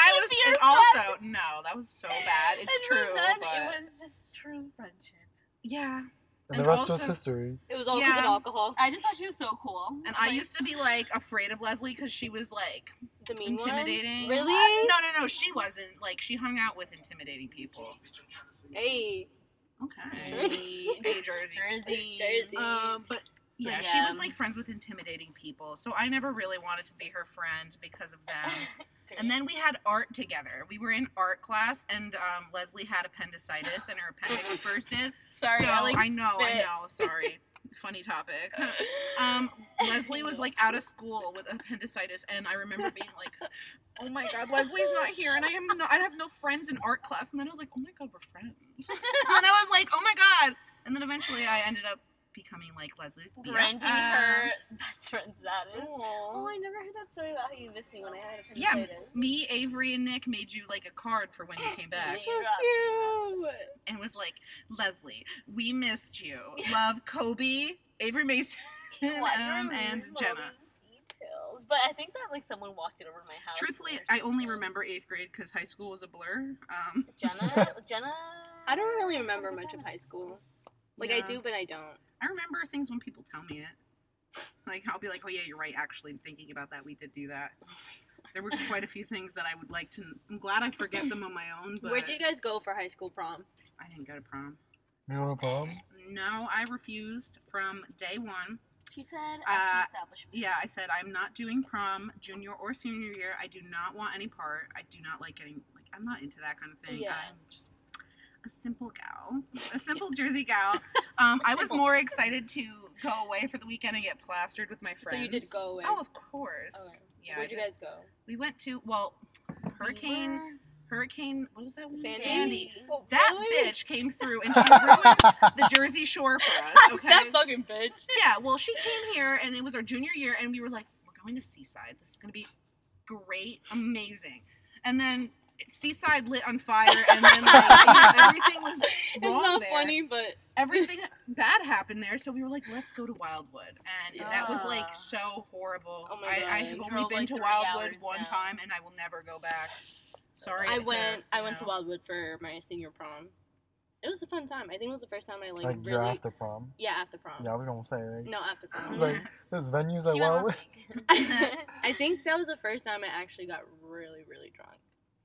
I
with
was,
your
and also no, that was so bad. It's
and
true,
Then
but
it was just true friendship.
yeah.
And, the
And
rest was
also-
history.
It was all because
Yeah.
of alcohol.
I just thought she was so cool.
And I used to be like afraid of Leslie because she was like
The mean
intimidating.
One? Really?
Uh, No, no, no. She wasn't. Like she hung out with intimidating people.
Hey.
Okay.
Jersey,
Hey, Jersey.
Jersey,
Jersey.
Um, but yeah,
But
she
yeah.
was like friends with intimidating people, so I never really wanted to be her friend because of them. And then we had art together. We were in art class, and um, Leslie had appendicitis, and her appendix bursted.
sorry,
so
I, like,
know, I
spit.
know. Sorry, funny topic. Um, Leslie was like out of school with appendicitis, and I remember being like, "Oh my God, Leslie's not here," and I am not, I have no friends in art class. And then I was like, "Oh my God, we're friends." and then I was like, "Oh my God," and then eventually I ended up becoming like Leslie's BFF.
branding her
um,
best friend status. Oh,
Aw.
I never heard that story about how you missed me when I had appendicitis.
Yeah, Me, Avery, and Nick made you like a card for when you came back,
So cute.
and was like, "Leslie, we missed you. Love, Kobe, Avery Mason."
What? You're
Um, and
amazing,
Jenna.
all these Details. But I think that like someone walked it over to my house.
Truthfully,
or
I only
something.
remember eighth grade because high school was a blur. Um,
Jenna. Jenna.
I don't really remember much of high school. Like I
Yeah.
do, but I don't.
I remember things when people tell me it. Like I'll be like, "Oh yeah, you're right. Actually, thinking about that, we did do that." There were quite a few things that I would like to. I'm glad I forget them on my own, but
Where'd you guys go for high school prom?
I didn't go to prom.
You know what problem?
No, I refused from day one.
She said
Uh,
at the establishment.
Yeah, I said I'm not doing prom, junior or senior year. I do not want any part. I do not like getting like I'm not into that kind of thing.
Yeah.
I'm just a simple gal, a simple Jersey gal. Um, I was
Simple.
more excited to go away for the weekend and get plastered with my
So
friends.
you did go away.
Oh, of course.
Okay.
Yeah. I
Where'd you
did.
guys go?
We went to well, hurricane, hurricane. What was that one?
Sandy?
Well,
That
Really?
bitch came through and she ruined the Jersey Shore for us. Okay.
That fucking bitch.
yeah. Well, she came here and it was our junior year, and we were like, we're going to Seaside. This is gonna be great, amazing. And then Seaside lit on fire, and then like, you know, everything was
It's
wrong
not
there.
funny, but
Everything bad happened there, so we were like, let's go to Wildwood, and that was
Ah.
like so horrible.
Oh my
I, I
God.
have
You
only
drove,
been
like,
to
three
Wildwood
hours
one
now.
time, and I will never go back. Sorry.
I
to,
went. I
you
went to
know.
Wildwood for my senior prom. It was a fun time. I think it was the first time I like,
Like, you're
really.
after prom.
Yeah, after prom.
Yeah, I was gonna say. Like,
No, after
I
prom.
was like, there's venues at Wildwood.
I think that was the first time I actually got really, really drunk.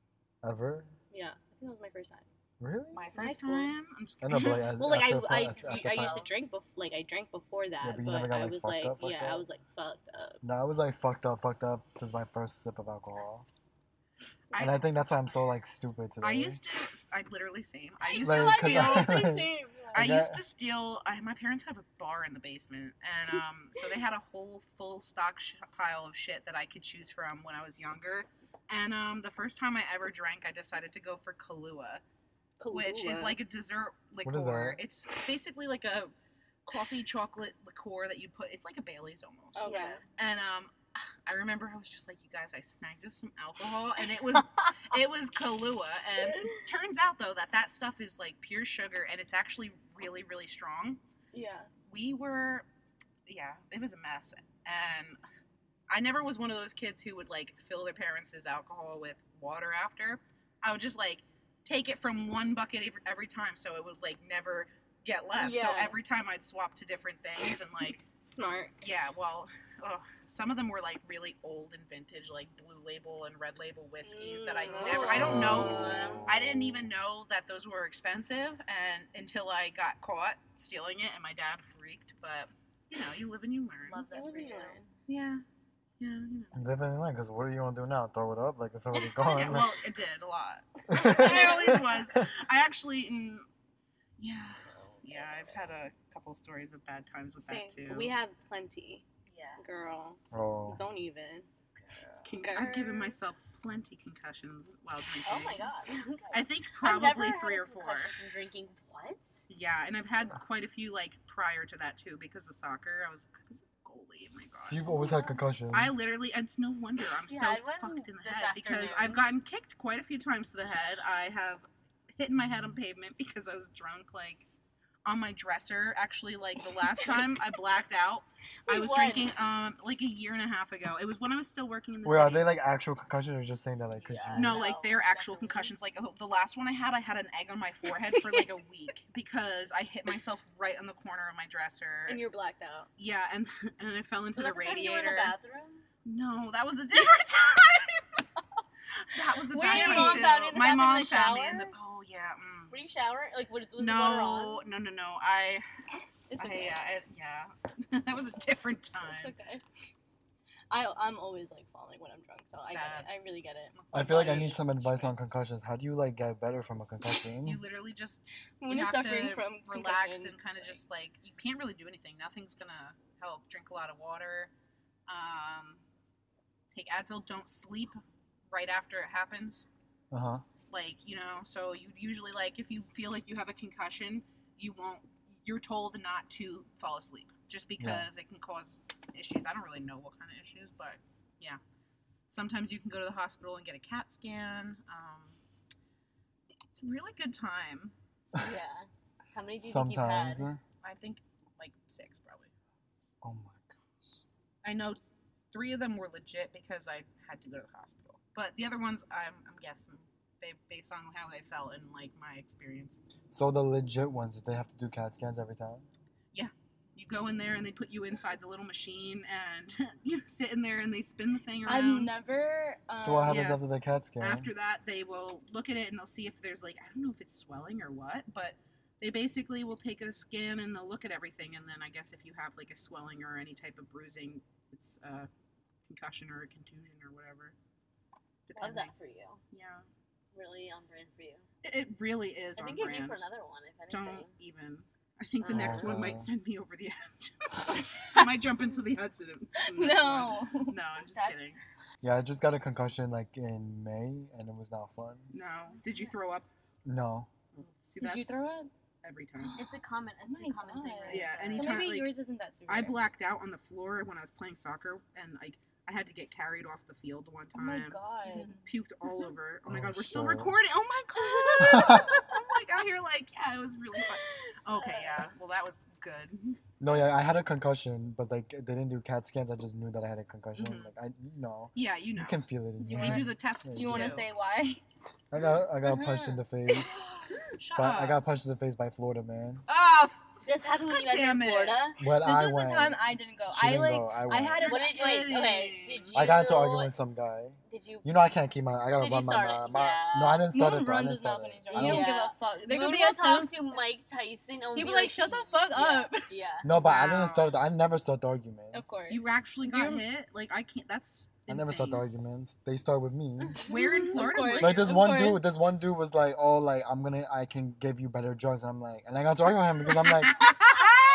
Ever?
Yeah, I think that was my first time.
Really?
My
high
first
school.
time. I'm just
I know, but like, as-
Well, like I,
after pro-
I,
as- after
I
pro-
used to drink before, like I drank before that,
but you
but,
never got,
I
like,
was
fucked
like,
up like
yeah, I
that?
was like fucked up.
No, I was like fucked up, fucked up since my first sip of alcohol,
I-
and I think that's why I'm so like stupid today.
I used to. I literally same. I used
Like,
to
'cause
steal. I,
I- I
used
got-
to steal. I, my parents have a bar in the basement, and um, so they had a whole full stock sh- pile of shit that I could choose from when I was younger. And um, the first time I ever drank, I decided to go for Kahlua, which is like a dessert
is
liqueur.
that?
It's basically like a coffee chocolate liqueur that you put. It's like a Bailey's almost.
Oh.
Okay.
Yeah.
And um, I remember I was just like, you guys, I snagged us some alcohol, and it was it was Kahlua, and turns out though that that stuff is like pure sugar, and it's actually really really strong.
yeah.
We were, yeah, it was a mess, and I never was one of those kids who would like fill their parents' alcohol with water after. I would just like take it from one bucket ev- every time, so it would like never get less. So
Yeah.
every time I'd swap to different things, and like
Smart.
yeah, well, oh, some of them were like really old and vintage, like blue label and red label whiskeys that I
Mm,
never, I don't know.
Oh.
I didn't even know that those were expensive and until I got caught stealing it and my dad freaked, but you know, you live and you learn.
Love that
What
for
do you
you.
learn?
Yeah. Yeah, you know.
Live and learn, because what are you gonna do now? Throw it up? Like it's already
Yeah,
gone.
well, it did a lot. It always was. I actually, mm, yeah, yeah. I've had a couple stories of bad times with that
Same.
too.
We have plenty,
Yeah.
girl.
Oh.
Don't even.
I've
Congrats.
given myself plenty concussions while drinking.
Oh my god.
I think
I've never
probably
had
three
a
or four.
concussion from drinking what?
Yeah, and I've had quite a few like prior to that too because of soccer. I was, I was a goalie. Oh my god.
So you've always had concussions.
I literally, and it's no wonder I'm
Yeah,
so
I went
fucked in the
this
head because
afternoon.
I've gotten kicked quite a few times to the head. I have hit my head on pavement because I was drunk, like on my dresser. Actually, like the last time I blacked out, I
Wait,
was
what?
drinking um like a year and a half ago. It was when I was still working in the
Wait, are
city.
they like actual concussions or just saying that like 'cause
Yeah.
you?
no, like
No,
they're actual
definitely.
concussions. Like the last one I had, I had an egg on my forehead for like a week because I hit myself right on the corner of my dresser.
And you're blacked out.
yeah, and and I fell into
Was
the
that the time you were in
radiator.
the bathroom?
No, that was a different time. that was a
Were
bad
your
time
mom
too.
found you in the
My
bathroom in
mom
the
found me in the.
shower?
Oh yeah. Mm.
Were you showering? Like, was, was the water
No,
on?
no, no, no. I,
It's
I, uh,
okay.
I yeah. that was a different time.
It's okay. I I'm always like falling when I'm drunk, so I get it. I really get it.
I feel like I need some advice on concussions. How do you like get better from a concussion?
You literally just
When
you
you're
have
suffering
to
from
relax
concussion,
and kind of
like,
just like you can't really do anything. Nothing's gonna help. Drink a lot of water. Um, take Advil. Don't sleep right after it happens.
uh huh.
like you know so you usually like if you feel like you have a concussion you won't you're told not to fall asleep just because it can cause issues i don't really know what kind of issues but yeah sometimes you can go to the hospital and get a cat scan um, it's a really good time
Yeah. How many do you
Sometimes.
think
uh,
i think like six probably
Oh my gosh.
i know three of them were legit because i had to go to the hospital but the other ones i'm, I'm guessing they, based on how they felt and like my experience
So the legit ones, they have to do CAT scans every time.
you go in there and they put you inside the little machine and you sit in there and they spin the thing
I've
around.
never. Um,
so uh, what happens
yeah.
after the CAT scan?
After that, they will look at it and they'll see if there's like I don't know if it's swelling or what, but they basically will take a scan and they'll look at everything and then I guess if you have like a swelling or any type of bruising, it's a concussion or a contusion or whatever.
you had?
Depending.
Love that for you.
Yeah,
Really on brand for you.
it, it really is.
I
on
think you're due
brand.
for another one, if anything.
Don't even. I think the
Oh,
next one might
God.
send me over the edge. I might jump into the Hudson. in the next one.
no.
No, I'm just
That's-
kidding.
Yeah, I just got a concussion like in May, and it was not fun.
No. Did you throw up?
No.
See,
Did you throw up?
every time.
It's a common, it's
My
a common thing,
God.
right?
Yeah,
But-
anytime-
So maybe
like,
yours isn't that severe.
I blacked out on the floor when I was playing soccer, and like I had to get carried off the field one
Oh my
time.
god.
Mhm.
Puked all over. Oh my
Oh,
god, we're still
shit.
recording. Oh my god. I'm like out here, like yeah, it was really fun. Okay, yeah. Well, that was good.
No, yeah, I had a concussion, but like they didn't do CAT scans. I just knew that I had a concussion.
Mm-hmm.
Mhm.
Like I, you know,
Yeah, you know.
you can feel it in
You
your
they
wanna-
do the tests.
Do
Do you want to
too.
say why?
I got, I got
Mm-hmm.
punched in the face.
Shut
But
up.
I got punched in the face by Florida man.
Oh,
This happened when
God
you guys were in
damn it.
Florida.
When
This
I
was
went,
the time I didn't go.
she
I
didn't
like.
go, I,
I
went.
had a.
What did you, wait, okay.
kidding.
Did you,
I got into argument with some guy.
Did you,
You know I can't keep my. I gotta
Did
run
you
my
start
mouth.
it?
My-
Yeah.
No, I didn't start
Moon
it. though, I
runs
didn't
his mouth
start
when
it.
he's
I
drunk.
don't-
He don't give
Yeah.
a fuck. There could
Moon
be
will
a time.
talk to Mike Tyson. and
He'd
be
be like, "Shut the fuck
yeah,
up."
Yeah.
No, but I
Wow.
didn't start. The, I never start the arguments.
Of course.
you actually
Do you
got
rem-
hit. Like I can't. That's.
I
Insane.
never start the arguments. They start with me.
Where in
Of
Florida?
course.
were
Like
you?
this
Of
one
course.
dude, this one dude was like, "Oh, like I'm gonna, I can give you better drugs." And I'm like, and I got to argue with him because I'm like,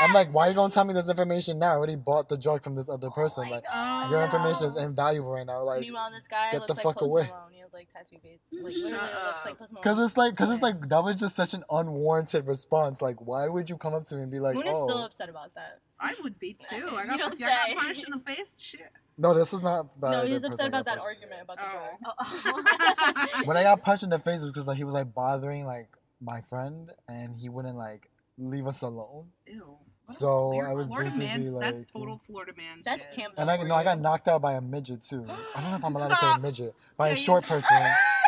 I'm like, why you gonna tell me this information now? I already bought the drugs from this other person. Like
Oh,
your
no.
information is invaluable right now. Like,
Meanwhile, this guy
get
looks
the
like
fuck
Post
away.
Malone. He has like tattoo face. Like
Shut
literally looks
up.
like Post Malone.
cause it's like, cause it's like that was just such an unwarranted response. Like, why would you come up to me and be like,
Moon is still
"Oh,
upset about that.
I would be too. I
You
got,
don't
if I
say.
got punched in the face. Shit.
no, this was not." by
no,
the
he's
person
upset
I got
about that
punched."
argument about the
Oh.
drugs.
Oh.
when I got punched in the face, it was because like he was like bothering like my friend, and he wouldn't like leave us alone.
Ew. What a
So
weird
I was
Florida man.
basically
that's
like-
total Florida man.
That's
shit.
Tampa.
And I no, I got
Florida.
knocked out by a midget too. I don't know if I'm allowed to
Stop.
say midget by
Yeah,
a
you-
short person.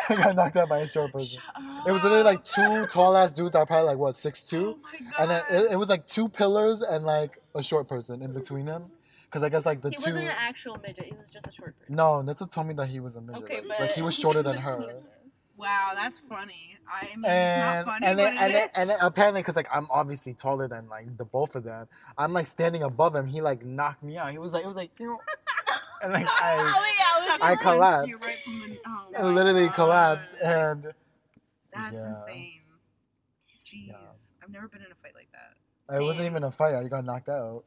I got knocked out by a short person.
Shut
It was literally like
up.
two tall ass dudes that were probably like what six two,
Oh my
and then
God.
it, it was like two pillars and like a short person in between them, because I guess like the
He
2
wasn't an actual midget. He was just a short person.
No, Netsu told me that he was a midget.
Okay,
like,
but
like, he was shorter than her.
Wow, that's funny. I mean, it's not
And
funny,
and
but
then, and,
it
then,
is.
and then apparently, cause like I'm obviously taller than like the both of them. I'm like standing above him. He like knocked me out. He was like, it was like, you know, and like I,
Sucker
I
punched
collapsed.
you right from the- oh
I
my
literally
God.
collapsed. And
That's
Yeah.
insane. Jeez,
Yeah.
I've never been in a fight like that.
it wasn't
Same.
even a fight. I got knocked out.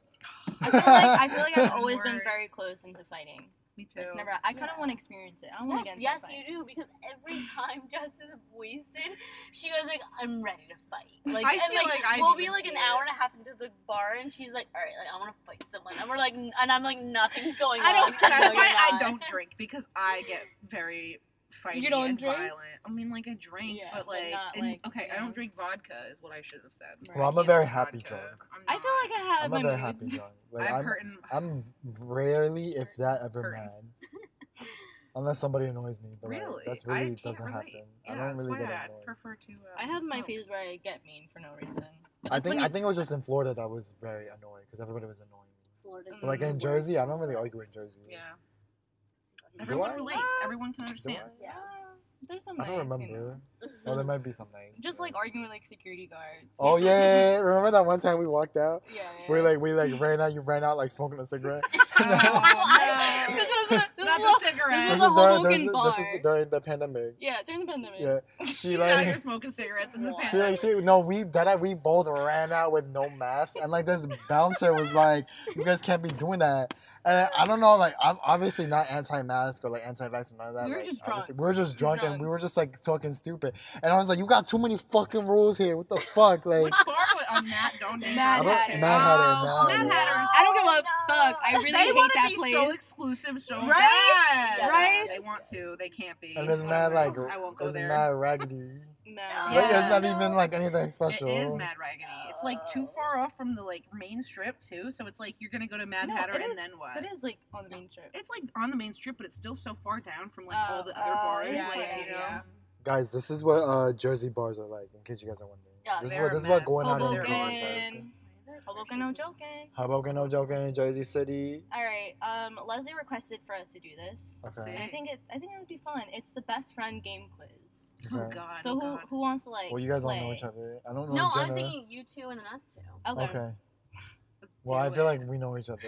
I feel like I feel like I've
The
always been
worst.
very close into fighting.
Me too.
It's never. I kind of
Yeah.
want to experience it. I want to get
Yes,
into
yes,
a fight.
you do because every time Jess is wasted, she goes like, "I'm ready to fight." Like,
I
and
feel
like,
like I
we'll
need
be
to
like
see
an
it.
hour and a half into the bar, and she's like, "All right, like I want to fight someone," and we're like, n- and I'm like, "Nothing's going on."
I don't-
No,
That's
you're
why I
not.
don't drink because I get very fighty
You don't
and
drink?
violent. I mean, like I drink,
Yeah,
but
but
like,
not,
and-
like,
okay, I
yeah.
don't drink vodka is what I should have said.
Well,
I'm a
I can't
very
drink
happy
vodka.
drunk.
I'm
I feel
not.
like I have
I'm
my
a very
moods.
happy guy. Like,
I've
I'm,
hurt and
I'm rarely, if that, ever
Hurting.
mad. Unless somebody annoys me, but like,
really.
that's
I
really
can't
doesn't
relate.
happen.
Yeah,
I don't really
that's
get
why
annoyed.
I prefer to. Um,
I have my
smoke.
phases where I get mean for no reason. But
I
that's when
think
you-
I think it was just in Florida that I was very annoying because everybody was annoying.
Florida.
But
Mm-hmm.
like in
is
Jersey, I don't
worse.
really argue in Jersey.
Yeah,
Do
everyone
I?
relates. Everyone can
Do I?
understand.
Ah, Yeah.
there's some.
I don't
nights, you know.
remember. Oh, there might be some nights.
Just
yeah.
like arguing with like security guards.
Oh yeah, yeah, yeah. remember that one time we walked out?
Yeah. yeah.
We like we like ran out. You ran out like smoking a cigarette.
Oh, no.
this was a, this was
Not the cigarette.
This
This
is a
is during
Hoboken
this, this is
bar.
during the pandemic.
yeah during the pandemic.
Yeah,
She's
she
out here
like
smoking cigarettes in the
She
she
pandemic.
like she no we that I- we both ran out with no mask and like this bouncer was like you guys can't be doing that and I don't know like I'm obviously not anti-mask or like anti-vax or none of that
We were
like,
just drunk.
obviously- we were just
We were
drunk, and we
drunk.
were just like talking stupid and I was like you got too many fucking rules here what the fuck like
Which bar was on Matt? Don't name
Mad
I don't-
Hatter.
Mad Hatter,
Oh,
Mad Hatter.
Mad Hatter.
I don't give a fuck. I really
Oh, they
hate
want to
that
be
place.
so exclusive, so
Right?
bad.
Yeah.
Right?
They want to. They can't be.
and it's mad like
I won't go
it's
there.
mad raggedy
No.
Yeah.
like it's not
no.
even like anything
It
special
is Mad Raggedy. It's like too far off from the like main strip too, so it's like you're gonna go to Mad
No,
Hatter
it
and
is-
then what?
That is like on the main trip.
It's like on the main strip, but it's still so far down from like all
Oh,
the other
oh,
bars.
yeah,
like
yeah,
you know,
yeah.
guys this is what uh Jersey bars are like in case you guys are wondering
Yeah,
this is
they're
what
a
this is what
mess.
going out in Jersey is like.
Hoboken. Hoboken, no joking.
Hoboken, no joking, Jersey City.
All right. Um, Leslie requested for us to do this.
Okay.
I think it. I think it would be fun. It's the best friend game quiz.
Oh
Okay.
god.
So
oh,
who
God.
who wants to like?
Well, you guys
play?
all know each other. I don't know
No, I
Jenna.
was thinking you two and then us two.
Okay.
Okay.
Let's
Well,
do
I feel
it.
like we know each other.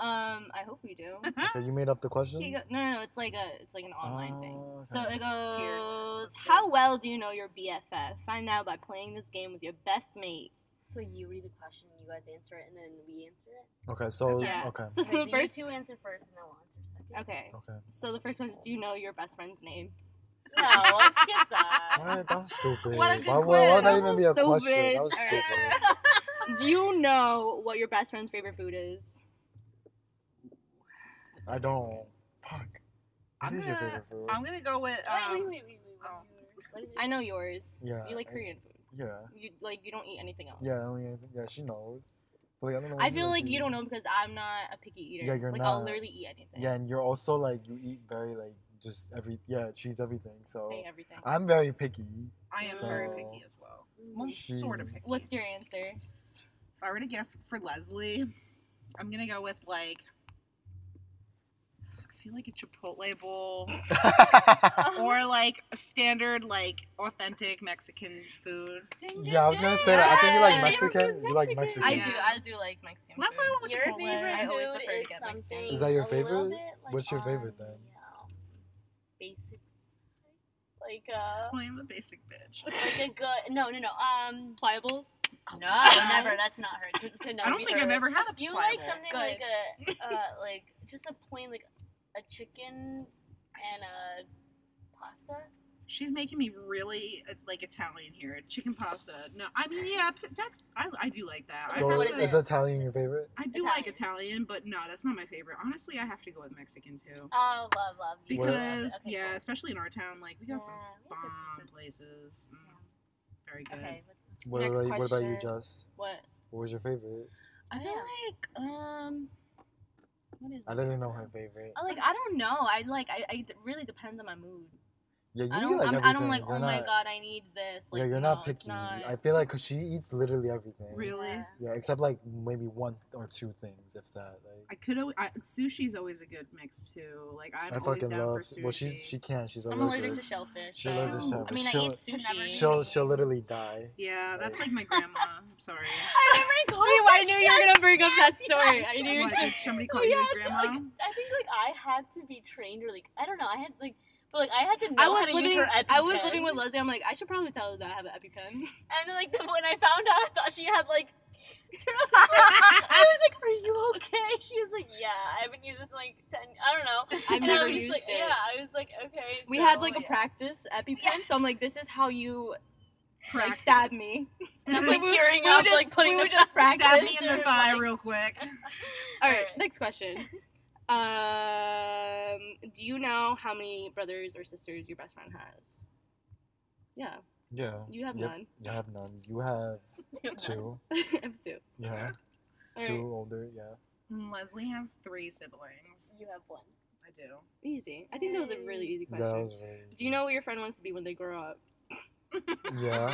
Um, I hope we do.
Okay, you made up the question.
He go- no, no, no. It's like a. It's like an online thing.
Oh,
So
okay.
it goes.
Tears. Let's see.
How well do you know your BFF? Find out by playing this game with your best mate.
So you read the question, you guys answer it, and then we answer it.
Okay. So
Yeah.
Oh, okay. Oh.
So
Okay,
the
so
first.
you two answer first, and then we'll answer second.
Okay.
Okay.
So the first one. Do you know your best friend's name?
No, let's skip that.
What? That was stupid.
What a good
why, why, why would that
quiz.
even be a
That was
question? That was
stupid.
stupid.
Do you know what your best friend's favorite food is?
I don't. Fuck. What
I'm
is your
gonna-
favorite food?
I'm gonna go with. Um,
Wait, wait, wait, wait, wait. wait.
oh.
What is your-
I know yours.
Yeah,
You like
I-
Korean food.
Yeah.
You like you don't eat anything else.
Yeah. I mean, yeah. She knows. But, like, I, don't know
I
what
feel like
do.
you don't know because I'm not a picky eater.
Yeah, you're
like I'll
not.
literally eat anything.
Yeah, and you're also like you eat very like just every yeah she's everything. So
I eat everything.
I'm very picky.
I am very
So-
picky as well.
Mm,
Well, sort of
Hmm.
picky.
What's your answer?
If I were to guess for Leslie, I'm gonna go with like. I feel like a Chipotle bowl or like a standard, like authentic Mexican food.
yeah, I was gonna say that. I think you
Yeah,
like
everyone's
Mexican. You like
Mexican.
Mexican.
I
Yeah.
do. I do like Mexican
That's why I
food.
went with
Your
Chipotle.
favorite
I always
food
prefer to
is
get, like,
something.
Is
that your
a little
favorite?
bit, like,
What's your favorite,
on,
then?
you know, Basic. Like uh,
I am Oh, a basic bitch.
like a good. No, no, no. Um,
Pliables.
no,
God.
never. That's not her. Could, could not
I don't
be
think
her.
I've ever had a
You
pliable.
like something
Good.
like a uh, like just a plain like a chicken and a pasta.
She's making me really uh, like Italian here. Chicken pasta. No, I mean yeah, p- that's I, I do like that. I,
so
what
thought
it
that-
is Italian your favorite?
I do
Italian.
like Italian, but no, that's not my favorite. Honestly, I have to go with Mexican too.
Oh, love, love. you
Where-
love it.
Because
Okay,
yeah,
cool.
especially in our town, like we got some
Yeah, we have good
bomb
places.
places. Mm,
Yeah.
very good.
Okay. what's next?
What
Next
about you, what about you,
question.
Jess?
What?
What was your favorite?
I feel
Yeah.
like um, what is?
I
my
didn't know her
background?
favorite.
I like. I don't know. I like. I. I it really depends on my mood.
Yeah, you
I
eat,
don't.
like
I'm, I don't
everything.
like.
You're
oh my
not-
god, I need this. Like,
yeah, you're
no,
not
it's
picky.
not.
I feel like cause she eats literally everything.
Really?
Yeah.
Yeah, except like maybe one or two things, if that.
I
Like,
could. al- I, sushi's always a good mix too. Like I'm
I,
always
fucking
down
love.
for sushi.
Well, she's she can't. She's
I'm
allergic.
allergic to shellfish.
She
so-
loves
Oh.
herself.
I mean, I
she'll,
eat sushi.
she'll she'll literally die.
Yeah, that's
Like-
like my grandma. I'm sorry.
I remember
Wait,
calling
I
her
knew you were gonna bring up that
yes,
story.
yes.
I knew. you
What,
were-
did somebody call
Well,
you a
yeah, it's
grandma?
Like, I think like I had to be trained or like I don't know. I had like but like I had to know
I was
how to
living.
use her EpiPen.
I was living with Leslie. I'm like, I should probably tell her that I have an EpiPen.
and then, like the, when I found out, I thought she had like. cancer. I was like, "Are you okay?" She was like, "Yeah, I haven't used it in like ten. I don't know."
I've
and I
never
was just
used
like,
it.
Yeah, I was like, "Okay."
We
so,
had like a
yeah.
practice EpiPen, so I'm like, this is how you like
Practice.
stab me.
And I'm
We
like
were-
tearing
we were
up,
just-
like putting
we were
the
just
practice
Stab me in
and,
the thigh
like-
real quick.
All right,
Alright.
next question. Um, do you know how many brothers or sisters your best friend has? Yeah,
Yeah.
you have
Yep,
none.
You have none. You have two.
I have two.
Yeah.
All
two
right.
older. Yeah.
Mm, Leslie has three siblings.
You have one.
I do.
Easy. I think that was a really easy question.
That was very.
Do you know what your friend wants to be when they grow up?
easy. Yeah.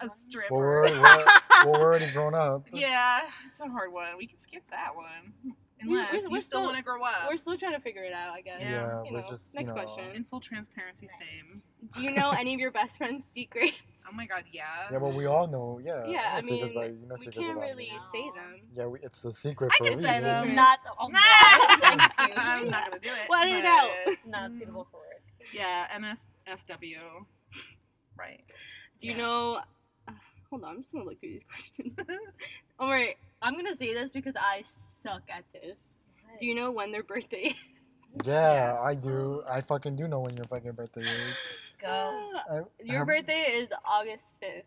A
well,
stripper.
we're, we're, well, we're already grown up.
yeah, it's a hard one. We can skip that one. Unless
we're
you still
still-
want to grow up.
We're still trying to figure it out, I guess.
Yeah.
Uh, Yeah,
You
we're
know.
just.
Next
you know,
question.
In full transparency, same.
Do you know any of your best friend's secrets?
Oh my god, yeah.
Yeah, but we all know. Yeah.
Yeah, I
know secrets
mean,
about you. You know
we
secrets
can't
about
really
me.
say
No.
them.
Yeah, we, it's a secret
I
for
can
a
say
reason.
them.
Not oh all
Excuse me.
I'm not gonna do it.
Let it out.
but-
not suitable for work.
Yeah, NSFW. Right.
Do you know? Uh, hold on, I'm just gonna look through these questions. All right, I'm gonna say this because I suck at this. Do you know when their birthday is?
Yeah,
Yes.
I do. I fucking do know when your fucking birthday is.
go?
I,
Your
have-
birthday is August 5th.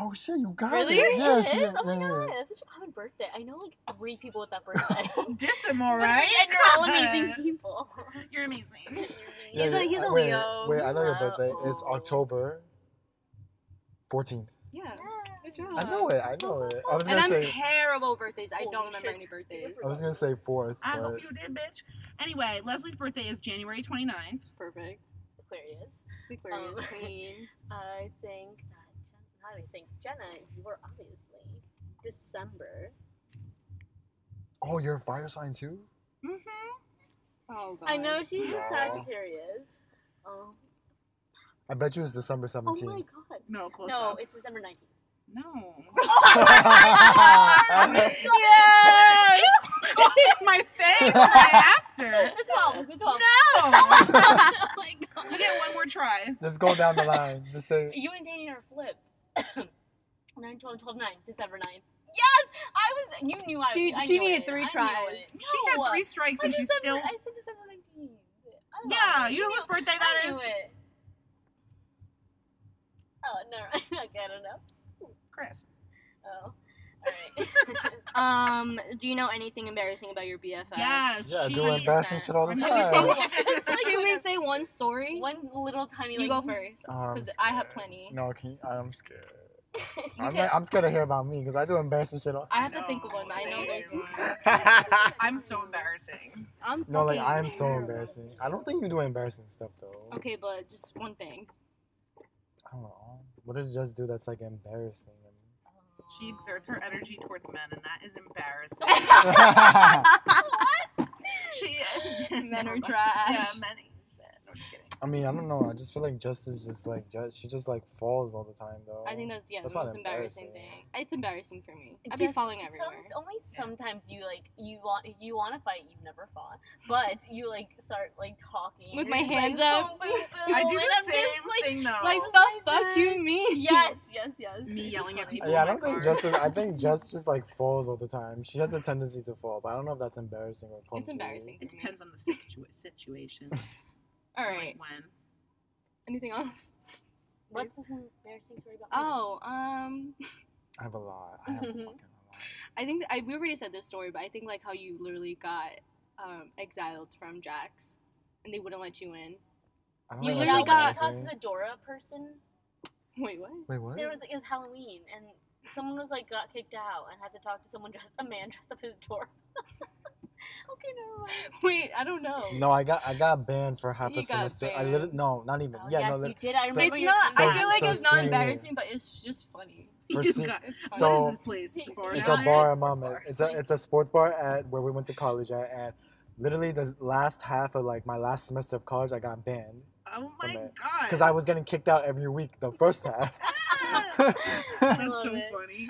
Oh shit, you got
Really?
it. Yeah,
it is.
she got-
Oh my
yeah, yeah.
god, that's such a common birthday. I know like three people with that birthday.
Dissimo, right?
And you're all amazing people.
You're amazing.
Yeah,
He's
yeah,
a- he's
I-
a
wait,
Leo.
Wait, I know your birthday. It's
Uh-oh.
October 14th.
Yeah. Good job.
I know it. I know it. I was
And
gonna
I'm
say. Oh.
terrible at birthdays. I
Holy
don't remember
shit.
any birthdays.
I was gonna say fourth,
I
but
hope you did, bitch. Anyway, Leslie's birthday is January 29th.
Perfect.
Aquarius.
Aquarius
Um,
queen.
I think that Jen- not I think Jenna, you were obviously December.
oh, you're a fire sign too.
Mm-hmm.
Oh god.
I know she's a
Aw.
Sagittarius. Oh,
I bet you it's December
oh my
seventeenth.
god.
No, close
No,
enough.
it's December 19th.
No.
I
yes! my face right after.
The 12th, the 12th.
No!
oh my
You
god.
get one more try.
Let's go down the line. Let's say
You and Danny are flipped. 9, 12, 12, 9, December 9. Yes! I was, you knew I
She-
was. I
she
knew
needed
it.
three
I knew
tries.
it.
She had
No.
three strikes
I
and she's
December,
still.
I said December 19th. I lied.
Yeah, you know whose birthday that
I
is?
knew it. Oh, no, okay, I don't know.
Chris.
Oh, alright.
Um, do you know anything embarrassing about your BFF?
Yes.
Yeah, I
she
do embarrassing
is
shit all the
I'm
time.
sorry.
Should we say one story?
One little tiny,
you go
like,
first,
Um,
because I have plenty.
no, can you, I'm scared.
You
I'm,
can-
like, I'm scared to hear about me because I do embarrassing shit. All-
I have to think of one. but I know
Same.
there's
I'm so embarrassing.
I'm
no, like
fucking
I am so
terrible.
embarrassing. I don't think you do embarrassing stuff though.
Okay, but just one thing.
I don't know. What does Just do that's like embarrassing?
She exerts her energy towards men, and that is embarrassing.
I
she
Men are
Never mind.
trash.
Yeah, men. ain't shit. No, just kidding.
mean, I don't know. I just feel like Just is just like just, she just like falls all the time though. Uh,
I think that's yeah
That's
the
not
most embarrassing,
embarrassing.
thing. It's embarrassing for me. I'd be
Just
falling
some-
everywhere.
only sometimes you like you want you want to fight, you've never fought, but you like start like talking
With
You're
my
just like,
hands up.
boom, boom, boom,
I do
and I'm
the
just,
same
like,
thing though.
like
Oh
the
my
fuck
God.
you mean?
Yes, yes, yes.
Me
It's
yelling at
funny.
people.
yeah, I
my
don't think
God.
Just. Is, I think Just just like falls all the time. She has a tendency to fall, but I don't know if that's embarrassing or clumsy.
It's embarrassing.
it
for me.
depends on the situa- situation.
All
like
right.
when.
Anything else?
What's this embarrassing story about? you?
Oh, um,
I have a lot. I have a fucking lot.
I think I we already said this story, but I think like how you literally got um exiled from Jack's, and they wouldn't let you in.
I don't
You
think
Yeah,
that's
literally
when we
got-
talked
embarrassing.
to the Dora person.
Wait, what?
Wait, what?
There was it was Halloween and someone was like got kicked out and had to talk to someone dressed a man dressed up as Dora. okay, never mind.
Wait, I don't
Oh.
know.
No, I got I got banned for half
You
a
got
semester. I
banned.
literally no, not even.
Oh,
yeah,
yes,
no.
you
Li-
did. I remember.
It's
your
not. I
class.
feel like
So
it's not
singing.
embarrassing, but it's just funny.
For
You've
se-
got-
It's funny.
So-
what is this place? It's a bar.
it's
now?
a
Yeah,
bar
it's
in Monmouth.
bar.
It's a it's a sports bar at where we went to college at, and literally the last half of like my last semester of college, I got banned
Oh my
Okay.
god.
because I was getting kicked out every week the first half.
I
That's
love
so
it.
funny.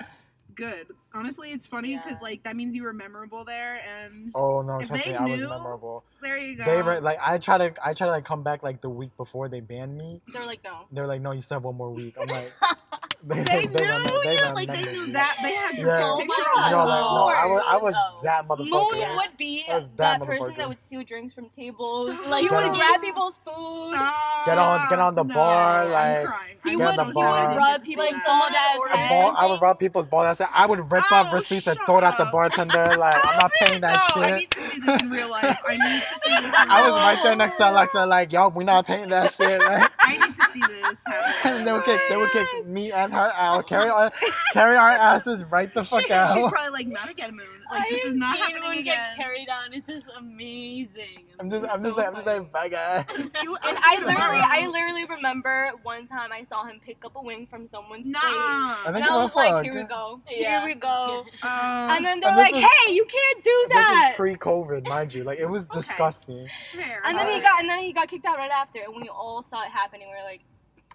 Good. Honestly, it's funny because
Yeah.
like that means you were memorable there, and
oh no,
If
trust
they
me, I was
knew,
memorable.
there you go.
They were like, I try to I try to like come back like the week before they banned me.
They're like, no.
They're like, no, you still have one more week. I'm like, they,
They
they
knew
remem- they
you. Like they
remembered
knew
me.
that. They had your
Yeah.
picture
Oh my
on
You know,
the
like, no,
wall.
I was I was
No.
that motherfucker.
Moon
yeah.
would be
That was
that
that
person
motherfucker.
that would steal drinks from tables.
Stop.
Like, he
Get
would
on.
grab people's food.
Stop.
Get on- get on the
No,
bar,
I'm
like,
crying.
He
I'm
get on
would,
the
he
bar.
would rub people's
Yeah.
bald ass
Or
I ball, I would
heads.
rob people's ball. That's it. I would rip off
Oh,
receipts and
shut
throw it at the
up.
bartender. Like I'm not paying that
no, I
shit.
need to see this in real life. I need to see this. In real
I was
life.
right there next to Alexa, like, y'all, we not paying that shit. Like,
I need to see this. happen.
and they would kick, they would kick me and her out, carry our, carry our asses right the fuck
Shit, She's
out.
probably like, not again, Moon. Like
I
this is
have
not
seen
happening
one
again.
get carried on. It's just amazing.
I'm just,
It's
I'm just
so
like, I'm just
funny.
like, bye guys.
It's you-
And
it's
I
you
literally, I
tomorrow.
literally remember one time I saw him pick up a wing from someone's plate.
And
Nah.
then
And
give a
I was like,
fuck.
here we go,
Yeah.
here we go.
Um,
And then they're
And this
like,
is-
hey, you can't do
This
that.
is pre-COVID, mind you. Like it was
Okay.
disgusting.
fair.
And then he
Alright.
got, and then he got kicked out right after. And we all saw it happening. We were like,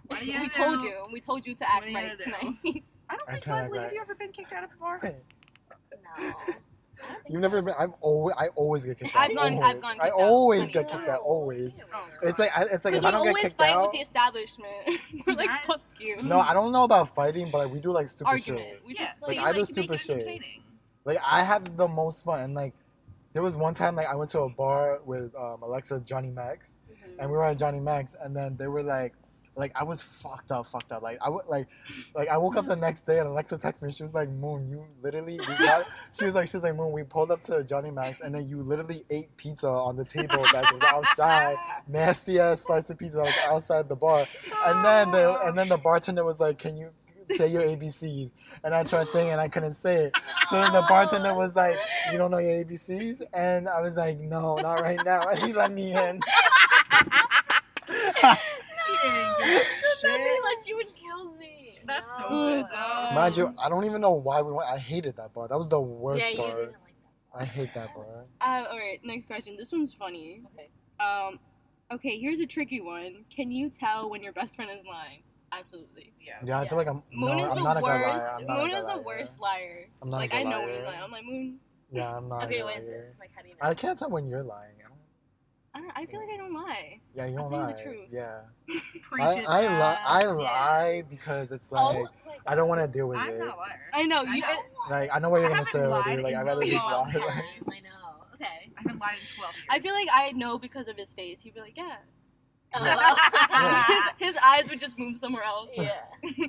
What are you
we
gonna
told
do?
you, we told you to
What
act
are you
right
gonna do?
tonight.
I don't
I
think
kinda
Leslie. Have
got-
you ever been kicked out of the bar?
No. I don't think
You've never
so.
been. I'm always. I always get kicked out.
I've gone- I've
always.
gone
I
kicked out
always
plenty
get
of
kicked
times.
out. Always.
Oh,
It's like I- it's like
Because
if
we
I don't get
always
kicked
fight
out.
with the establishment. We're like,
Nice.
fuck you.
No, I don't know about fighting, but like we do like stupid
Argument.
shit.
We
yeah,
just
so
like,
you
I do
like to make
stupid
it
shit.
entertaining.
Like I have the most fun. And like there was one time like I went to a bar with um, Alexa, Johnny Max, and we were at Johnny Max, and then they were like, like I was fucked up, fucked up. Like I would like, like I woke up the next day and Alexa texted me. She was like, Moon, you literally. We got, she was like, she was like, Moon, we pulled up to Johnny Max, and then you literally ate pizza on the table that was outside, nasty ass slice of pizza that was outside the bar. And then the
Oh.
and then the bartender was like, "Can you say your ABCs?" And I tried saying, it and I couldn't say it. So then the bartender was like, "You don't know your ABCs?" And I was like, "No, not right now." And he let me in.
Oh,
Eating.
Shit.
Shit.
Much, you would kill me.
That's
no.
so good though.
Mind you, I don't even know why we went. I hated that bar. That was the worst
yeah, you
bar.
didn't like that.
I hate that bar.
Uh, all right, next question. This one's funny.
Okay.
Um, okay, here's a tricky one. Can you tell when your best friend is lying? Absolutely.
Yes.
Yeah, I
Yeah.
feel like I'm.
Moon
no,
is
I'm
the
not a good liar.
worst.
I'm not a
Moon
good
is the
liar.
worst liar.
I'm not a
Like
good
I know
liar.
when he's lying. I'm like Moon.
Yeah, I'm not. a
Okay,
good
what
liar.
is it? Like, how do you know?
I can't tell when you're lying.
I don't. I feel like I don't lie.
Yeah, you don't
I'll tell you
lie.
the truth.
Yeah,
Preach
I
it,
I, li- I
Dad.
lie because it's
Oh
like
my
I don't want to deal with
Yeah. I'm
it.
not a liar.
I know
I
you.
know.
Like I know what
I
you're gonna
haven't
say already.
lied
Like
in
I'd rather just
a long
lie.
God.
time.
Like,
I know. Okay.
I haven't lied in 12 years.
I feel like I know because of his face. He'd be like, yeah.
Oh,
Yeah.
wow.
his, his eyes would just move somewhere else.
yeah.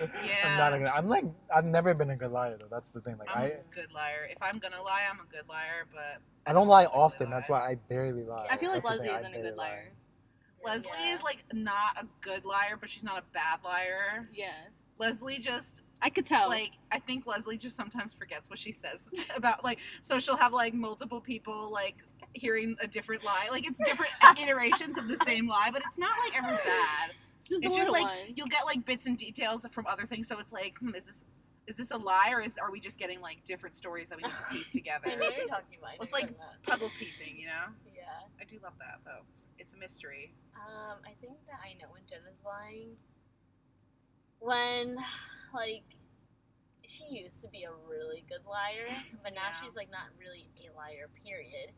I'm not a good. I'm like I've never been a good liar though. That's the thing. Like
I'm a
I
good liar. If I'm gonna lie, I'm a good liar. But
I don't lie
Really
often.
lie.
That's why I barely lie.
I feel like
That's the
Leslie
thing, I
isn't a
barely
good
lie.
liar.
Leslie
Yeah.
is like not a good liar, but she's not a bad liar.
Yeah,
Leslie just
I could
Oh.
tell.
like I think Leslie just sometimes forgets what she says about like so she'll have like multiple people like hearing a different lie. Like it's different iterations of the same lie, but it's not like ever bad.
just
it's
the
just
little
like
ones.
You'll get like bits and details from other things, so it's like, hmm, is this is this a lie or is are we just getting like different stories that we need to piece
I
together?
know what you're talking about. I know
It's
you're
like-
talking about.
Puzzle piecing, you know?
Yeah.
I do love that though. It's, it's a mystery.
Um, I think that I know when Jenna's lying. When, like, she used to be a really good liar, but now
Yeah.
she's like not really a liar, period.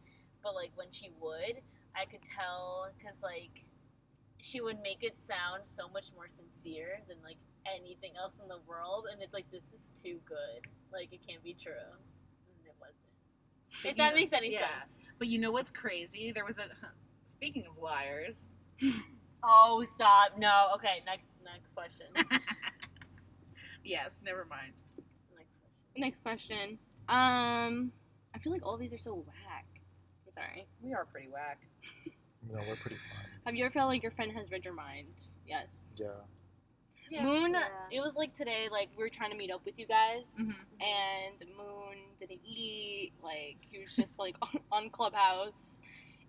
But like when she would, I could tell because like she would make it sound so much more sincere than like anything else in the world, and it's like this is too good, like it can't be true, and it wasn't. If
Speaking
that
of-
makes any
yeah.
sense.
But you know what's crazy? There was a speaking of liars.
Oh, stop! No. Okay. Next. Next question. next
Yes, never mind.
question.
Next question. Um, I feel like all these are so whack. I'm sorry.
We are pretty whack.
You know, we're pretty fun.
Have you ever felt like your friend has read your mind? Yes.
Yeah.
Yeah.
Moon,
Yeah.
it was like today, like we were trying to meet up with you guys,
Mhm.
and Moon didn't eat. Like he was just like on, on Clubhouse,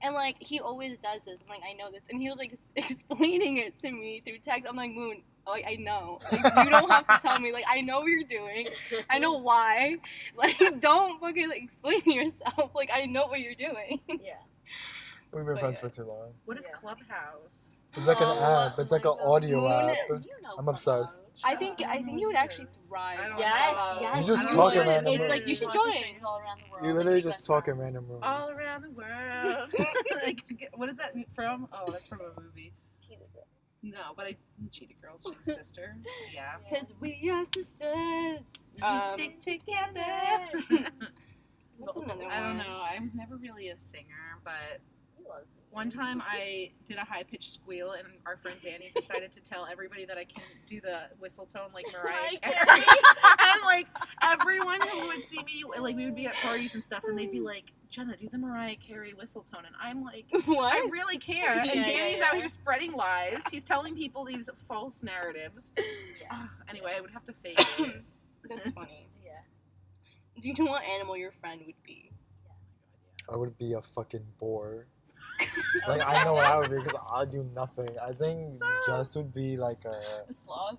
and like he always does this. I'm like, I know this, and he was like ex- explaining it to me through text. I'm like, Moon, like Oh, I know. Like, you don't have to tell me. Like I know what you're doing. I know why. Like don't fucking explain yourself. Like I know what you're doing.
Yeah.
We've been
But
friends for
yeah.
too long.
What is
Yeah.
Clubhouse?
It's like an
Oh
app. It's
my
like an
God.
audio
Moon,
app.
You know
I'm obsessed.
Clubhouse.
I think I think you would actually thrive.
I don't
Yes,
know.
yes.
You just talk
should.
around the
It's
world.
like you should
Wants to
join.
change
All around the world.
You literally just talk in random rooms.
All around the world. like, what is that from? Oh, that's from a movie. No, but I Cheetah Girls, Cheetah Sister. Yeah.
Because we are sisters. Um,
we stick together.
together.
what's another
I
one?
don't know. I was never really a singer, but one
One time.
time I did a high pitched squeal, and our friend Danny decided to tell everybody that I can do the whistle tone like Mariah
Mariah
Carey.
Carey.
and like everyone who would see me, like we would be at parties and stuff, and they'd be like, "Jenna, do the Mariah Carey whistle tone," and I'm like.
What?
I really care. And
Yeah, yeah,
Danny's out
yeah.
here spreading lies. He's telling people these false narratives.
Yeah.
Ah, anyway, I would have to fake it.
That's funny.
Yeah.
Do you know what animal your friend would be?
I would be a fucking bore. Like I know what I would be because I do nothing. I think Jess would be like a
A sloth.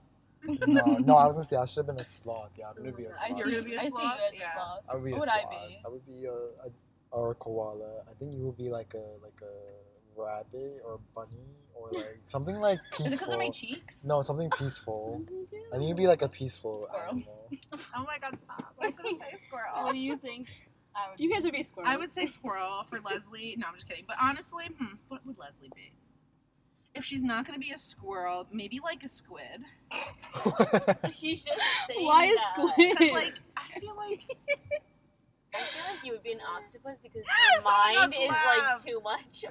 no. no I was gonna say I should have been a sloth. Yeah, I'm gonna be a
I
sloth.
I see,
You're gonna be a
I see you
sloth?
as a
Yeah.
sloth.
I would be
What
a
would I
sloth.
be?
I would be a, a or a koala. I think you would be like a like a rabbit or a bunny or like something like
Is it because
peaceful.
of my cheeks?
no, something peaceful. I need to be like a peaceful
Squirrel.
animal.
Oh my god, stop. I was gonna say
What
squirrel.
do Oh, you think? I would
You guys would be squirrels.
I would say squirrel for Leslie. No, I'm just kidding. But honestly, hmm, what would Leslie be? If she's not gonna be a squirrel, maybe like a squid.
She should say
Why is
that.
squid?
'Cause, like I feel like
I feel like you would be an octopus because
Yes!
your
Oh my God,
mind is
love.
like too much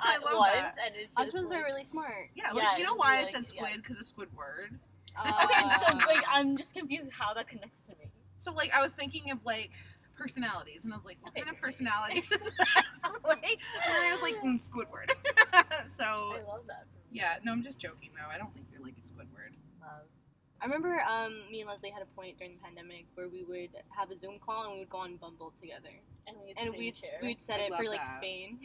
I
at
love
once,
that.
and it's just.
Octopuses
like-
are really smart.
yeah, like
Yeah,
you
it
know
would
why
be
I
like-
said
yeah.
squid because a squid word. Um,
Okay, so
Uh,
like I'm just confused how that connects to me.
So like I was thinking of like personalities, and I was like, what
Okay.
kind of personality is that? like, and then I was like, mm, Squidward. so
I love that. for me.
yeah, no, I'm just joking though. I don't think you're like a Squidward.
Love.
I remember um, me and Leslie had a point during the pandemic where we would have a Zoom call and we would go on Bumble together.
And we'd
And
sit in
we'd,
chair.
we'd set
I
it for
love
like
that.
Spain.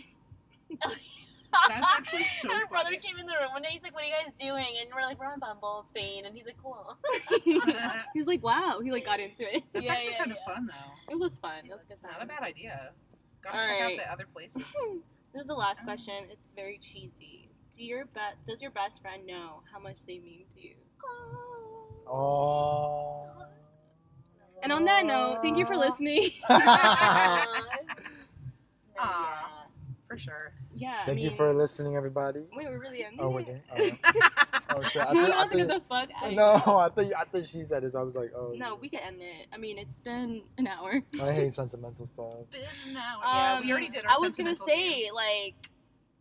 That's actually so
Her brother
funny.
came in the room one day. He's like, "What are you guys doing?" And we're like, "We're on Bumble, Spain." And he's like, "Cool."
That's
He's like, wow. He like got into it.
Yeah,
actually
yeah,
kind of
yeah.
fun though.
It was fun. It was a good
It's not
time.
a bad idea. Gotta
All
check
right.
out the other places.
This is the last
Um,
question. It's very cheesy. Do your be- does your best friend know how much they mean to you?
Oh
oh.
And on that note, thank you for listening.
Aw.
thank
No, yeah.
For sure.
yeah. I
you
mean-
for listening, everybody.
Wait, we're really ending
Oh, we're
it.
doing. Oh, oh shit! I
We're
think, I
about to get
think,
the fuck out of
no,
here.
I think I think she said it. So I was like, oh.
No, we can end it. I mean, it's been an hour.
I hate sentimental stuff.
Been an hour. yeah, we
Um,
already did our
I was gonna
sentimental
say
game.
like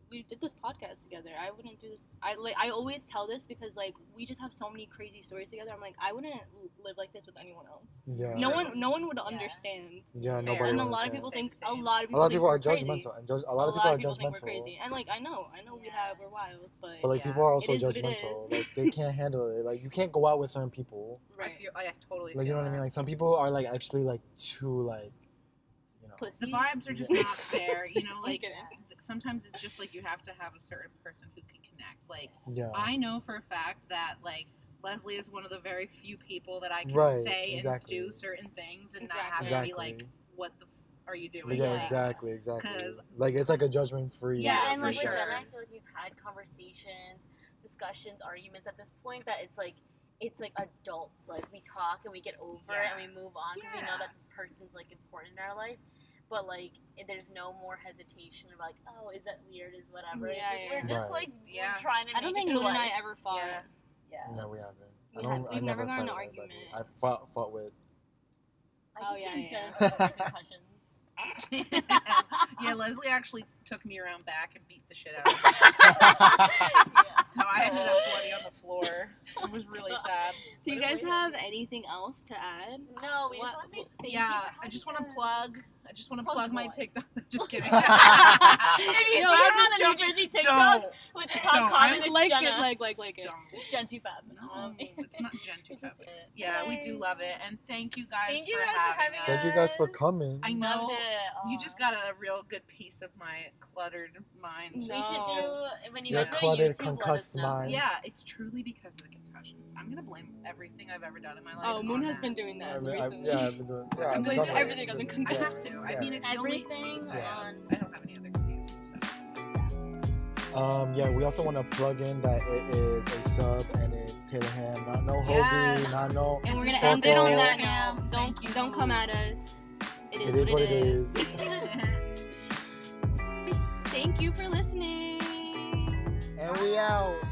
we did this podcast together. I wouldn't do this. I like I always tell this because like we just have so many crazy stories together. I'm like I wouldn't l- live like this with anyone else.
Yeah.
No
True.
one, no one would understand.
Yeah. Nobody.
And a
would
lot
understand.
of people
Same,
think a
same.
lot of
A
people.
lot of
think
people
we're
are
crazy.
judgmental, and judge, a lot of people are
think we're
judgmental.
crazy, and like I know, I know we
Yeah.
have we're wild, but,
But like
Yeah.
people are also
is what it
judgmental.
is.
Like they can't handle it. Like you can't go out with certain people.
right,
I feel I totally
Like you
feel
know what I mean?
that.
Like some people are like actually like too like, you know.
pussies.
the vibes are just
Yeah.
not there, you know,
I'm
like
kidding.
sometimes it's just like you have to have a certain person who can connect. Like
Yeah.
I know for a fact that like Leslie is one of the very few people that I can
Right,
say
exactly.
and do certain things and not have
Exactly.
it be like, "What the f- are you doing?"
Yeah,
Yeah.
exactly, exactly.
'Cause-
Like it's like a judgment free.
Yeah,
Yeah,
and
for
like with
sure.
Jenna, I feel like we've had conversations, discussions, arguments at this point that it's like it's like adults. Like we talk and we get over it and we move on because we know
Yeah.
that this person's like important in our life. But like, i- there's no more hesitation of like, oh, is that weird? Is whatever.
Yeah,
it's just,
yeah.
We're just
Right.
like we're
Yeah.
trying to.
I don't
make
think
it
Moon
through
and I
life.
ever fought.
Yeah.
Yeah.
No, we haven't.
We
I don't,
have-
I
we've never
fight
gotten
with
an
anybody.
argument.
I fought fought with.
I
Oh,
just
yeah,
think
yeah,
Jenna's
yeah.
got repercussions.
yeah, Leslie actually took me around back and beat the shit out of me.
Yeah.
So I ended
Oh.
up bloody on the floor. It was really sad.
Do you
What a
guys
way to
have
end
anything else to add?
No, we
What-
just want to say thank you
Yeah,
for
I just
having
want to
us.
plug I just want to
Plug
plug my
what?
TikTok. Just kidding.
No,
if you no, see
I'm just
her on a New
joking.
Jersey TikTok
Don't.
with the
Don't.
top
I'm
comment, it's
like
Jenna.
it, like, like, like it.
Don't.
Gen 2 Fab.
No,
Um,
it's not Gen 2
it's just
Feb.
it.
Oh, Yeah, we do
Yay.
love it. And thank you guys,
Thank you
for,
guys for
having
having
Thank you guys for coming.
I
Loved
know.
it.
You
Aw.
just got a real good piece of my cluttered mind.
We
No.
should do when you
Your
guys go to
cluttered,
YouTube, let
concussed
us know.
mind.
Yeah, it's truly because of the concussions. I'm gonna blame everything I've ever done in my life.
Oh,
on
Moon has
that.
been doing
I
that
mean, I,
recently.
yeah, I've been doing, yeah,
I'm
I've
gonna
been
do
doing it. I've
everything other
been
than
I
doing it.
have to. I mean, it's the only
Everything
excuse I have.
on.
I don't have any other excuse. So.
Um, yeah, we also want to plug in that it is a sub and it's Taylor Ham, not no Hoagie,
Yes.
not no.
And we're
It's
gonna
a
end it on
circle.
that
Yeah.
now.
Thank
Don't
you.
don't come at us.
It is what it is.
Thank you for listening.
And we out.